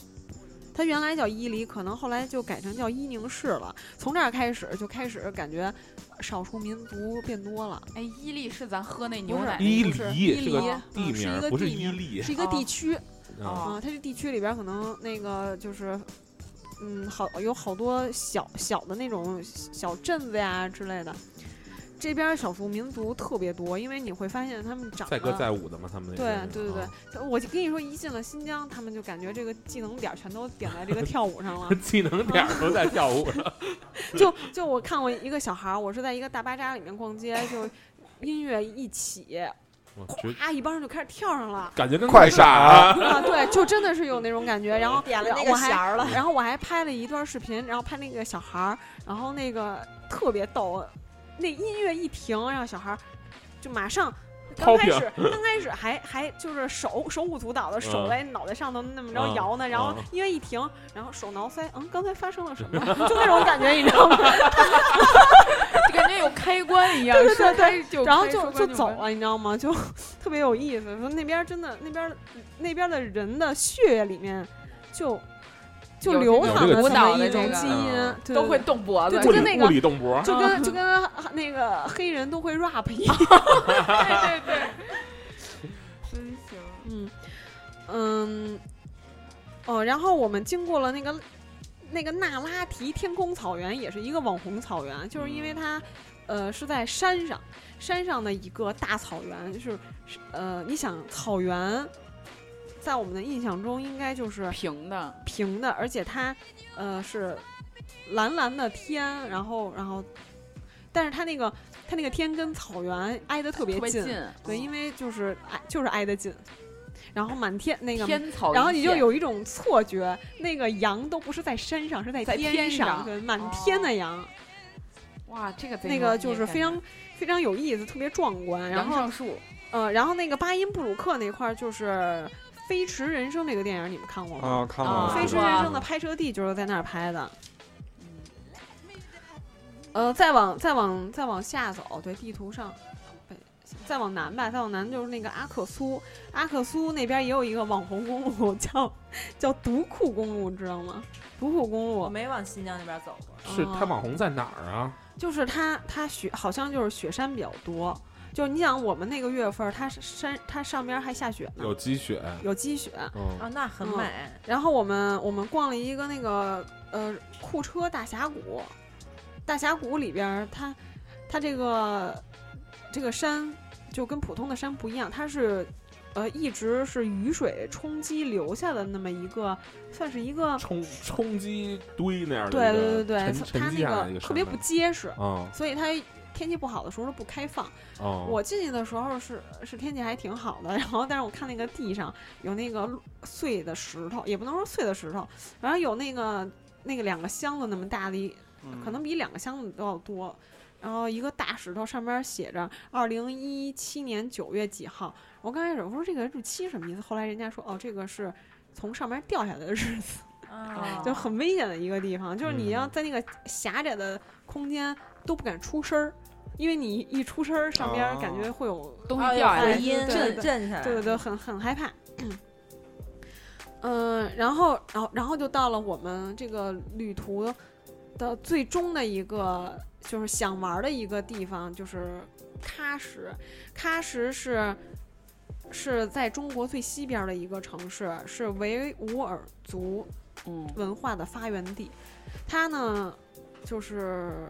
它原来叫伊犁，可能后来就改成叫伊宁市了。从这儿开始就开始感觉少数民族变多了，哎，伊利是咱喝那牛不是奶那伊个是犁伊是个犁地嗯是一名，个不是地伊名犁是一个地区啊，啊、哦它这地区里边可能那个就是，嗯，好有好多小小的那种小镇子呀之类的。这边少数民族特别多，因为你会发现他们长得载歌载舞的嘛，他们那嗯对边对对对啊，。就我就跟你说，一进了新疆，他们就感觉这个技能点儿全都点在这个跳舞上了 技能点儿都在跳舞上，就就我看过一个小孩儿，我是在一个大巴扎里面逛街，就音乐一起，我直咵，一帮人就开始跳上了。感觉 跟快闪闪，啊，对，就真的是有那种感觉。然后点了那我个还弦儿了， 然后我还拍了一段视频，然后拍那个小孩儿，然后那个特别逗，那音乐一停，然后小孩儿就马上。刚开始， 刚开始还还就是手手舞足蹈的，手嗯在脑袋上头那么着嗯摇呢，然后嗯音乐一停，然后手挠腮，嗯，刚才发生了 什么？ 就那种感觉，你知道吗？啊就感觉有开关一样，对对说对开就然后开就说就关就走关。了，你知道吗？就特别有意思。说那边真的，那边那边的人的血液里面就就有流这淌种着舞蹈么的一种这个基因嗯，对都对会动脖子，对物就跟理那个哦物理动脖儿，就嗯跟就跟啊那个黑人都会 rap 一样。啊对对 对，真行。嗯嗯哦，然后我们经过了那个那个那拉提天空草原，也是一个网红草原，就是因为它嗯呃是在山上，山上的一个大草原，就是是呃你想草原。在我们的印象中，应该就是平的，平的，而且它，呃，是蓝蓝的天，然后，然后，但是它那个它那个天跟草原挨得特别特别近，近，对，嗯因为就是挨就是挨得近，然后满天那个，天草一线，然后你就有一种错觉，那个羊都不是在山上，是在在天天上哦对，满天的羊，哇，这个贼那牛个逼就是感非觉常非常有意思，特别壮观。然杨后上树，呃，然后那个巴音布鲁克那块儿就是《飞驰人生》这个电影，你们看过吗？啊，看过啊《飞驰哇人生》的拍摄地就是在那儿拍的。呃，再往再往再往下走，对，地图上，北，再往南吧，再往南就是那个阿克苏，阿克苏那边也有一个网红公路，叫叫独库公路，知道吗？独库公我路没往新疆那边走过。是他网红在哪儿啊？就是它，它雪好像就是雪山比较多，就是你想我们那个月份儿，它是山它上边儿还下雪呢，有积雪，有积雪。嗯，哦，那很嗯美，然后我们我们逛了一个那个呃库车大峡谷，大峡谷里边儿它它这个这个山就跟普通的山不一样，它是呃一直是雨水冲击留下的那么一个，算是一个冲冲击堆那样的对一个对对对，沉它沉积下来的那一个个特别不山结实，脉嗯所以它天气不好的时候是不开放。哦，我进去的时候是是天气还挺好的，然后但是我看那个地上有那个路碎的石头，也不能说碎的石头，然后有那个那个两个箱子那么大的一，嗯可嗯能比两个箱子都要多。然后一个大石头上面写着二零一七年九月几号。我刚开始我说这个日期什么意思，后来人家说哦，这个是从上面掉下来的日子。啊就很危险的一个地方，就是你要哦嗯在那个狭窄的空间都不敢出声儿，因为你一出声儿，上边儿哦感觉会有，东西掉下回哎来，音对震对震哎起来，对对对，很很害怕。嗯，然后，然后，然后就到了我们这个旅途的最终的一个，就是想玩儿的一个地方，就是喀什。喀什是是在中国最西边儿的一个城市，是维吾尔族嗯，文化的发源地。它呢，就是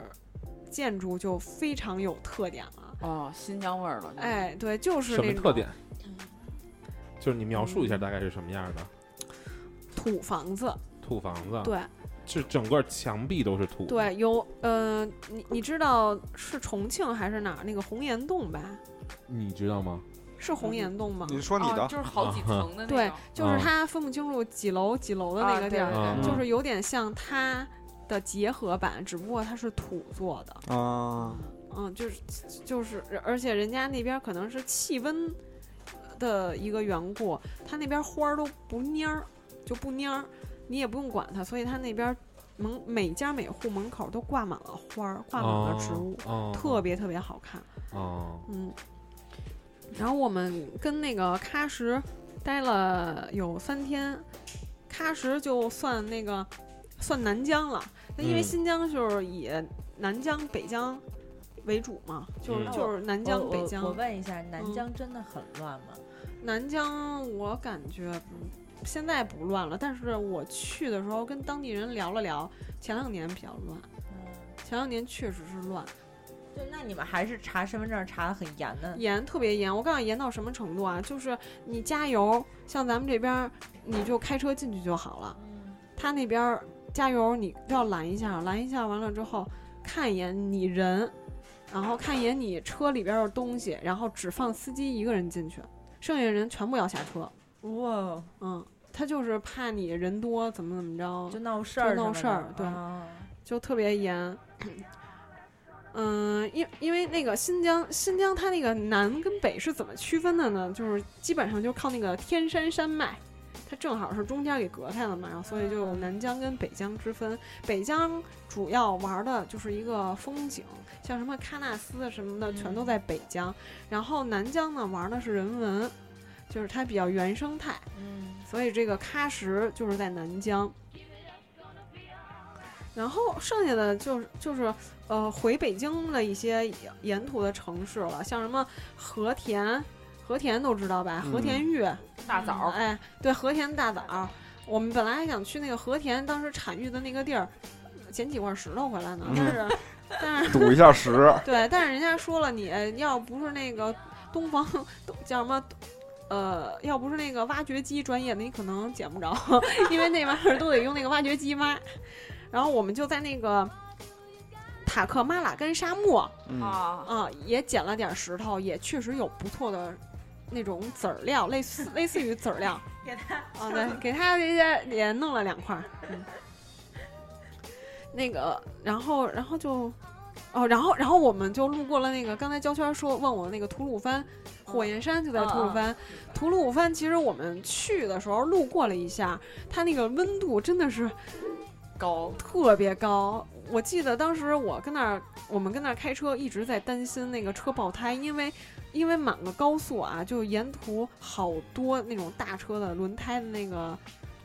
建筑就非常有特点了。哦，新疆味儿了，，哎，对，就是什那么种特点？就是你描述一下大概是什么样的土房子，土房子？，对是整个墙壁都是土。，对，有呃，你你知道是重庆还是哪儿那个红岩洞吧？你知道吗？是红岩洞吗？你说你哦，的，就是好几层的那对种，，就是嗯它分不清楚几楼几楼的那啊对个地儿，嗯就是有点像它的结合版，只不过它是土做的。啊，嗯，就是就是，而且人家那边儿可能是气温的一个缘故，它那边儿花儿都不蔫儿，就不蔫儿，你也不用管它，所以它那边儿门每家每户门口都挂满了花儿，挂满了植物，哦，特别特别好看。哦，嗯，然后我们跟那个喀什待了有三天，喀什就算那个算南疆了，那因为嗯新疆就是以南疆、北疆为主嘛，就是、嗯就是南我疆、北我疆。哦我问一下，南嗯疆真的很乱吗？南疆我感觉不现在不乱了，但是我去的时候跟当地人聊了聊，前两年比较乱，前两年确实是乱。就嗯那你们还是查身份证查的很严的，严特别严，我告诉你严到什么程度啊？就是你加油，像咱们这边儿你就开车进去就好了，他那边儿加油你要拦一下，拦一下完了之后看一眼你人，然后看一眼你车里边儿的东西，然后只放司机一个人进去，剩下人全部要下车。哇，嗯，他就是怕你人多怎么怎么着，就闹事儿什就么的，闹事儿对啊就特别严。嗯，因因为那个新疆，新疆它那个南跟北是怎么区分的呢？就是基本上就靠那个天山山脉，它正好是中间给隔开了嘛，然后所以就有南疆跟北疆之分。北疆主要玩的就是一个风景，像什么喀纳斯啊什么的，嗯全都在北疆。然后南疆呢玩的是人文，就是它比较原生态。嗯，所以这个喀什就是在南疆。然后剩下的就是就是呃回北京的一些沿途的城市了，像什么和田，和田都知道吧？和田玉，大枣儿，哎，对，和田大枣。我们本来还想去那个和田，当时产玉的那个地儿，捡几块石头回来呢，但是、但 是啊赌一下十，对，但是人家说了你，呃要不是那个东方东叫什么，呃，要不是那个挖掘机专业的，你可能捡不着， 因为那玩意儿都得用那个挖掘机挖。然后我们就在那个塔克马拉干沙漠嗯，啊，啊、也捡了点石头，也确实有不错的那种籽儿料，类似类似于籽儿料。给他哦，对，给他这些也弄了两块儿。嗯，那个，然后，然后就，哦，然后，然后我们就路过了那个刚才焦圈说问我那个吐鲁番，火焰山就在吐鲁番。吐鲁番其实我们去的时候路过了一下，它那个温度真的是高，特别高。我记得当时我跟那儿，我们跟那儿开车，一直在担心那个车爆胎，因为因为满了高速啊，就沿途好多那种大车的轮胎的那个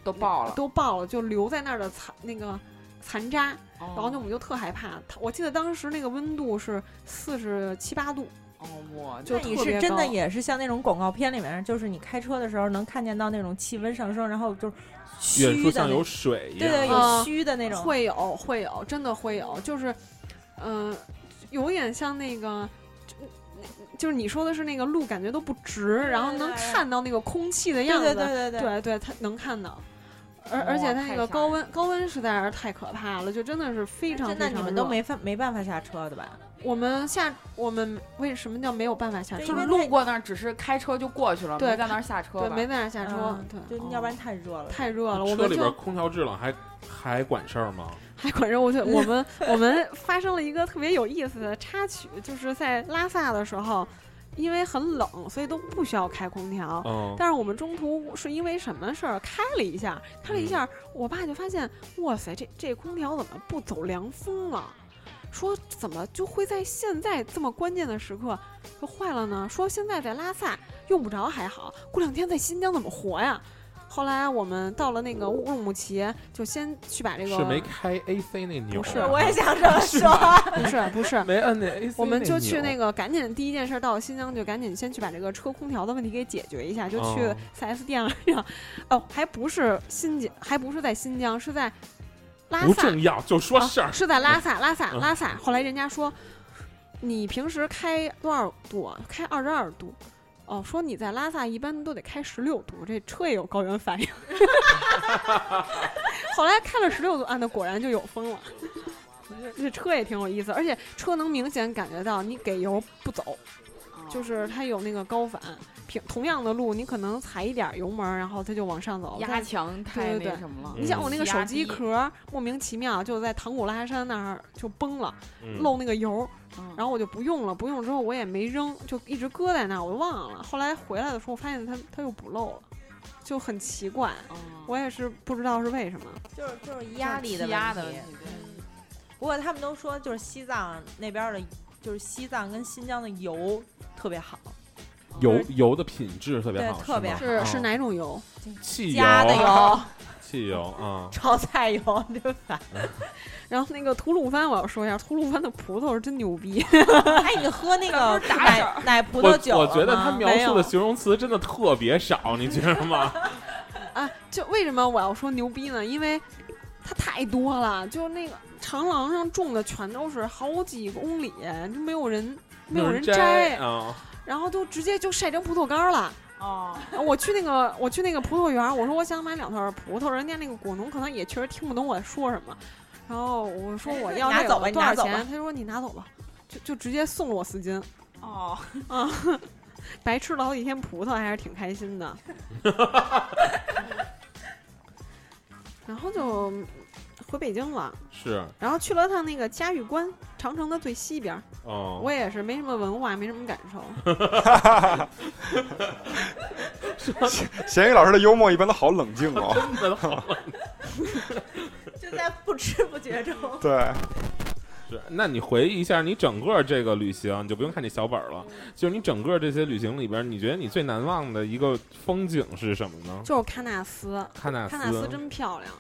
都爆了，都爆了，就留在那儿的残那个残渣，然哦然后就我们就特害怕。它我记得当时那个温度是四十七八度，哦哦，我就那你特别是真的高也是像那种广告片里面，就是你开车的时候能看见到那种气温上升，然后就是远处虚的像那，有水一对对，样。啊有虚的那种。会有会有，真的会有，就是，嗯、有点像那个。就就是你说的是那个路感觉都不直，然后对能对对看到那个空气的对样对子，对对对，对对，它能看到。而而哇且它那太个吓高人温高温实在是太可怕了，就真的是非常真非的常你们都热没法没办法下车的吧？我们下我们为什么叫没有办法下对车就因？是为路太过那儿，只是开车就过去了，对没在那儿下车对，吧？没在那下车嗯，对，就哦要不然太热了。太热了，我车们里边就空调制冷还还管事儿吗？还管着我就我们我们发生了一个特别有意思的插曲，就是在拉萨的时候，因为很冷，所以都不需要开空调。嗯，但是我们中途是因为什么事儿开了一下，开了一嗯下，我爸就发现，哇塞，这这空调怎么不走凉风了？说怎么就会在现在这么关键的时刻说坏了呢？说现在在拉萨用不着还好，过两天在新疆怎么活呀？后来我们到了那个乌鲁木齐，就先去把这个是没开 AC 那钮儿啊，不是是 我也想这么说。不哎是不是，没摁那 AC，我们就去那那个，赶紧第一件事到新疆就赶紧先去把这个车空调的问题给解决一下，就去哦 4S 店了。然后，哦，还不是新疆，还不是在新疆，是在拉钮儿不萨，重要，就说事啊儿。是在拉萨，拉萨，嗯拉萨。后来人家说，你平时开多少度啊？开二十二度。哦，说你在拉萨一般都得开十六度，这车也有高原反应。 后来开了十六度，啊，那果然就有风了。这车也挺有意思，而且车能明显感觉到你给油不走，哦就是它有那个高反。平同样的路，你可能踩一点油门，然后它就往上走。压但强太对对那对什么了。嗯你想我那个气压手机低壳莫名其妙就在唐古拉山那儿就崩了，嗯漏那个油，嗯然后我就不用了，不用之后我也没扔，就一直搁在那儿，我就忘了。后来回来的时候，我发现它它又不漏了，就很奇怪，哦我也是不知道是为什么。 就是就是压压力的的压问问题。题对不过他们都说，就是西藏那边的，就是西藏跟新疆的油特别好，油油的品质特别对好，特别吗是哦是哪种油？汽油加 的油、汽油啊，炒菜油，对吧？ 然后那个吐鲁番，我要说一下，吐鲁番的葡萄是真牛逼， 哎，你喝那个奶奶葡我萄酒我觉得了吗他描述的形容词真的特别少，你觉得吗？啊！就为什么我要说牛逼呢？因为它太多了，就那个长廊上种的全都是好几公里，就没有人 没有人摘，啊，然后都直接就晒成葡萄干儿了。哦，我去那个我去那个葡萄园儿，我说我想买两套葡萄，人家那个果农可能也确实听不懂我在说什么，然后我说我要拿这走个吧你多拿少走钱吧？他说你拿走吧，就就直接送了我四斤， 哦，白吃了好几天葡萄，还是挺开心的。 然后就回北京了，是，然后去了趟那个嘉峪关，长城的最西边儿， 嗯，我也是没什么文化，没什么感 受。咸鱼老师的幽默一般都好冷静 哦。就在不知不觉中， 对，是，那你回忆一下你整个这个旅行，你就不用看这小本儿了。就是你整个这些旅行里边，你觉得你最难忘的一个风景是什么呢？就是喀纳斯，喀纳斯，喀纳斯真漂亮。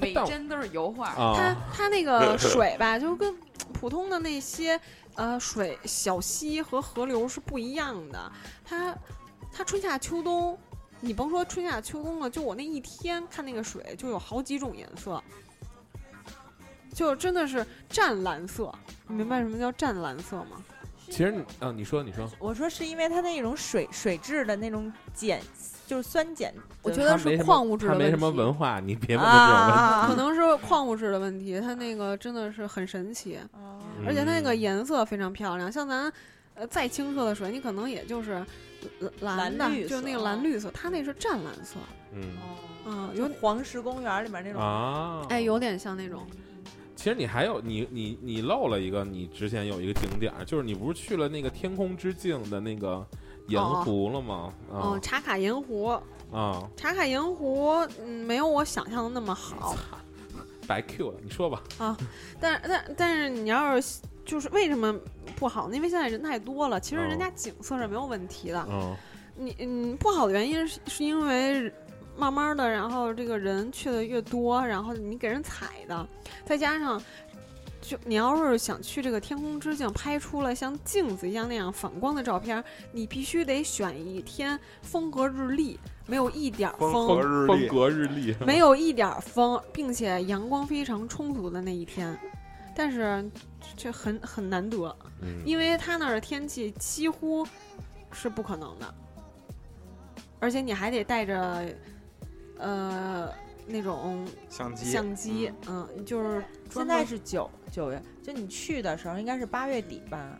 每但我帧都是油画。它啊，它那个水吧，就跟普通的那些呃水小溪和河流是不一样的。它它春夏秋冬，你甭说春夏秋冬了，就我那一天看那个水，就有好几种颜色，就真的是湛蓝色。你明白什么叫湛蓝色吗？其实你啊，你说你说，我说是因为它那种水水质的那种碱，就是酸碱的，我觉得没是什么矿物质他的没问什么题，文化，你别问他这种问题。啊可能是矿物质的问题。它那个真的是很神奇。啊嗯而且它那个颜色非常漂亮，像咱呃再清澈的水，你可能也就是呃蓝蓝的，蓝绿色哦就是那个蓝绿色，它那是湛蓝色，嗯哦，嗯，有有黄石公园里面那种，啊，哎，有点像那种，其实你还有你你你漏了一个，你之前有一个景点儿，就是你不是去了那个天空之境的那个盐哦湖了吗？嗯，茶卡盐湖，啊啊，茶卡盐湖，嗯，没有我想象的那 么好，白 Q 了，你说吧。但是但但是你要是就是为什么不好呢？因为现在人太多了，其实哦人家景色是没有问题的，嗯，你嗯不好的原因是是因为慢慢的，然后这个人去的越多，然后你给人踩的，再加上就你要是想去这个天空之境拍出来像镜子一样那样反光的照片，你必须得选一天风和日丽，没有一点儿风风和日风丽，格日历，没有一点儿风，并且阳光非常充足的那一天。但是这很很难得， 嗯因为他那儿的天气几乎是不可能的，而且你还得带着呃那种相机，相机，嗯，就是现专门在是九九月，就你去的时候应该是八月底吧？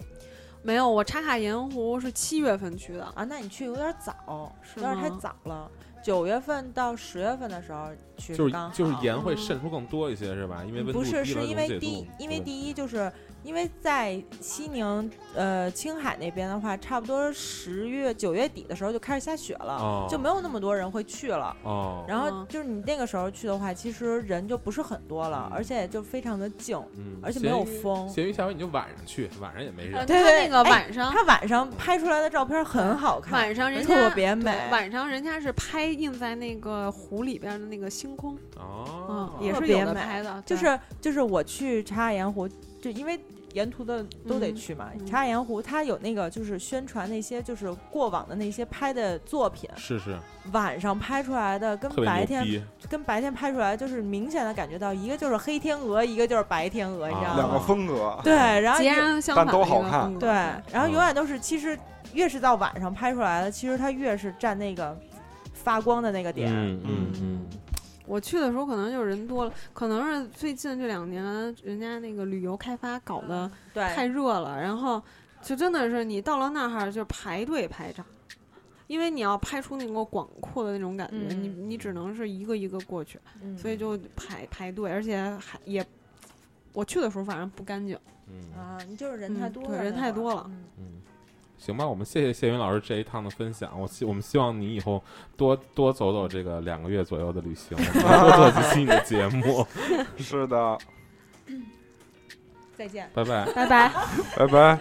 没有，我茶卡盐湖是七月份去的，啊，那你去有点早，是有点太吗早了。九月份到十月份的时候去就是刚好嗯就是盐会渗出更多一些是吧？因为温度不低是，了是因溶解为度第，因为对第一就是因为在西宁呃青海那边的话，差不多十月九月底的时候就开始下雪了，哦就没有那么多人会去了。哦，然后嗯就是你那个时候去的话，其实人就不是很多了，嗯而且就非常的静，嗯，而且没有咸鱼风。咸鱼下回你就晚上去，晚上也没人。呃对他对那个哎晚上、它晚上拍出来的照片很好看，晚上人家特别美对晚上人家是拍映在那个湖里边的那个星空，哦嗯，，也特是别有的美拍的，就对是就是我去茶卡盐湖，就因为沿途的都得嗯去嘛。嗯茶卡盐湖它有那个就是宣传那些就是过往的那些拍的作品，是是，晚上拍出来的跟特别白牛天逼，跟白天拍出来就是明显的感觉到一个就是黑天鹅，一个就是白天鹅，你知啊道两吗？个风 格，对，然后截你然相反的但都一个好看风格对，然后嗯永远都是其实越是到晚上拍出来的，其实它越是占那个发光的那个点。嗯嗯嗯，我去的时候可能就是人多了，可能是最近这两年人家那个旅游开发搞得对，太热了，然后就真的是你到了那儿就排队拍照，因为你要拍出那个广阔的那种感觉，嗯你你只能是一个一个过去，嗯所以就排排队，而且还也我去的时候反正不干净，啊，你就是人太嗯多了对那会儿，人太多了嗯嗯，行吧，我们谢谢谢云老师这一趟的分享。我希我们希望你以后多多走走这个两个月左右的旅行，多做几期你的节 目。是的，再见。拜拜。拜拜。拜拜。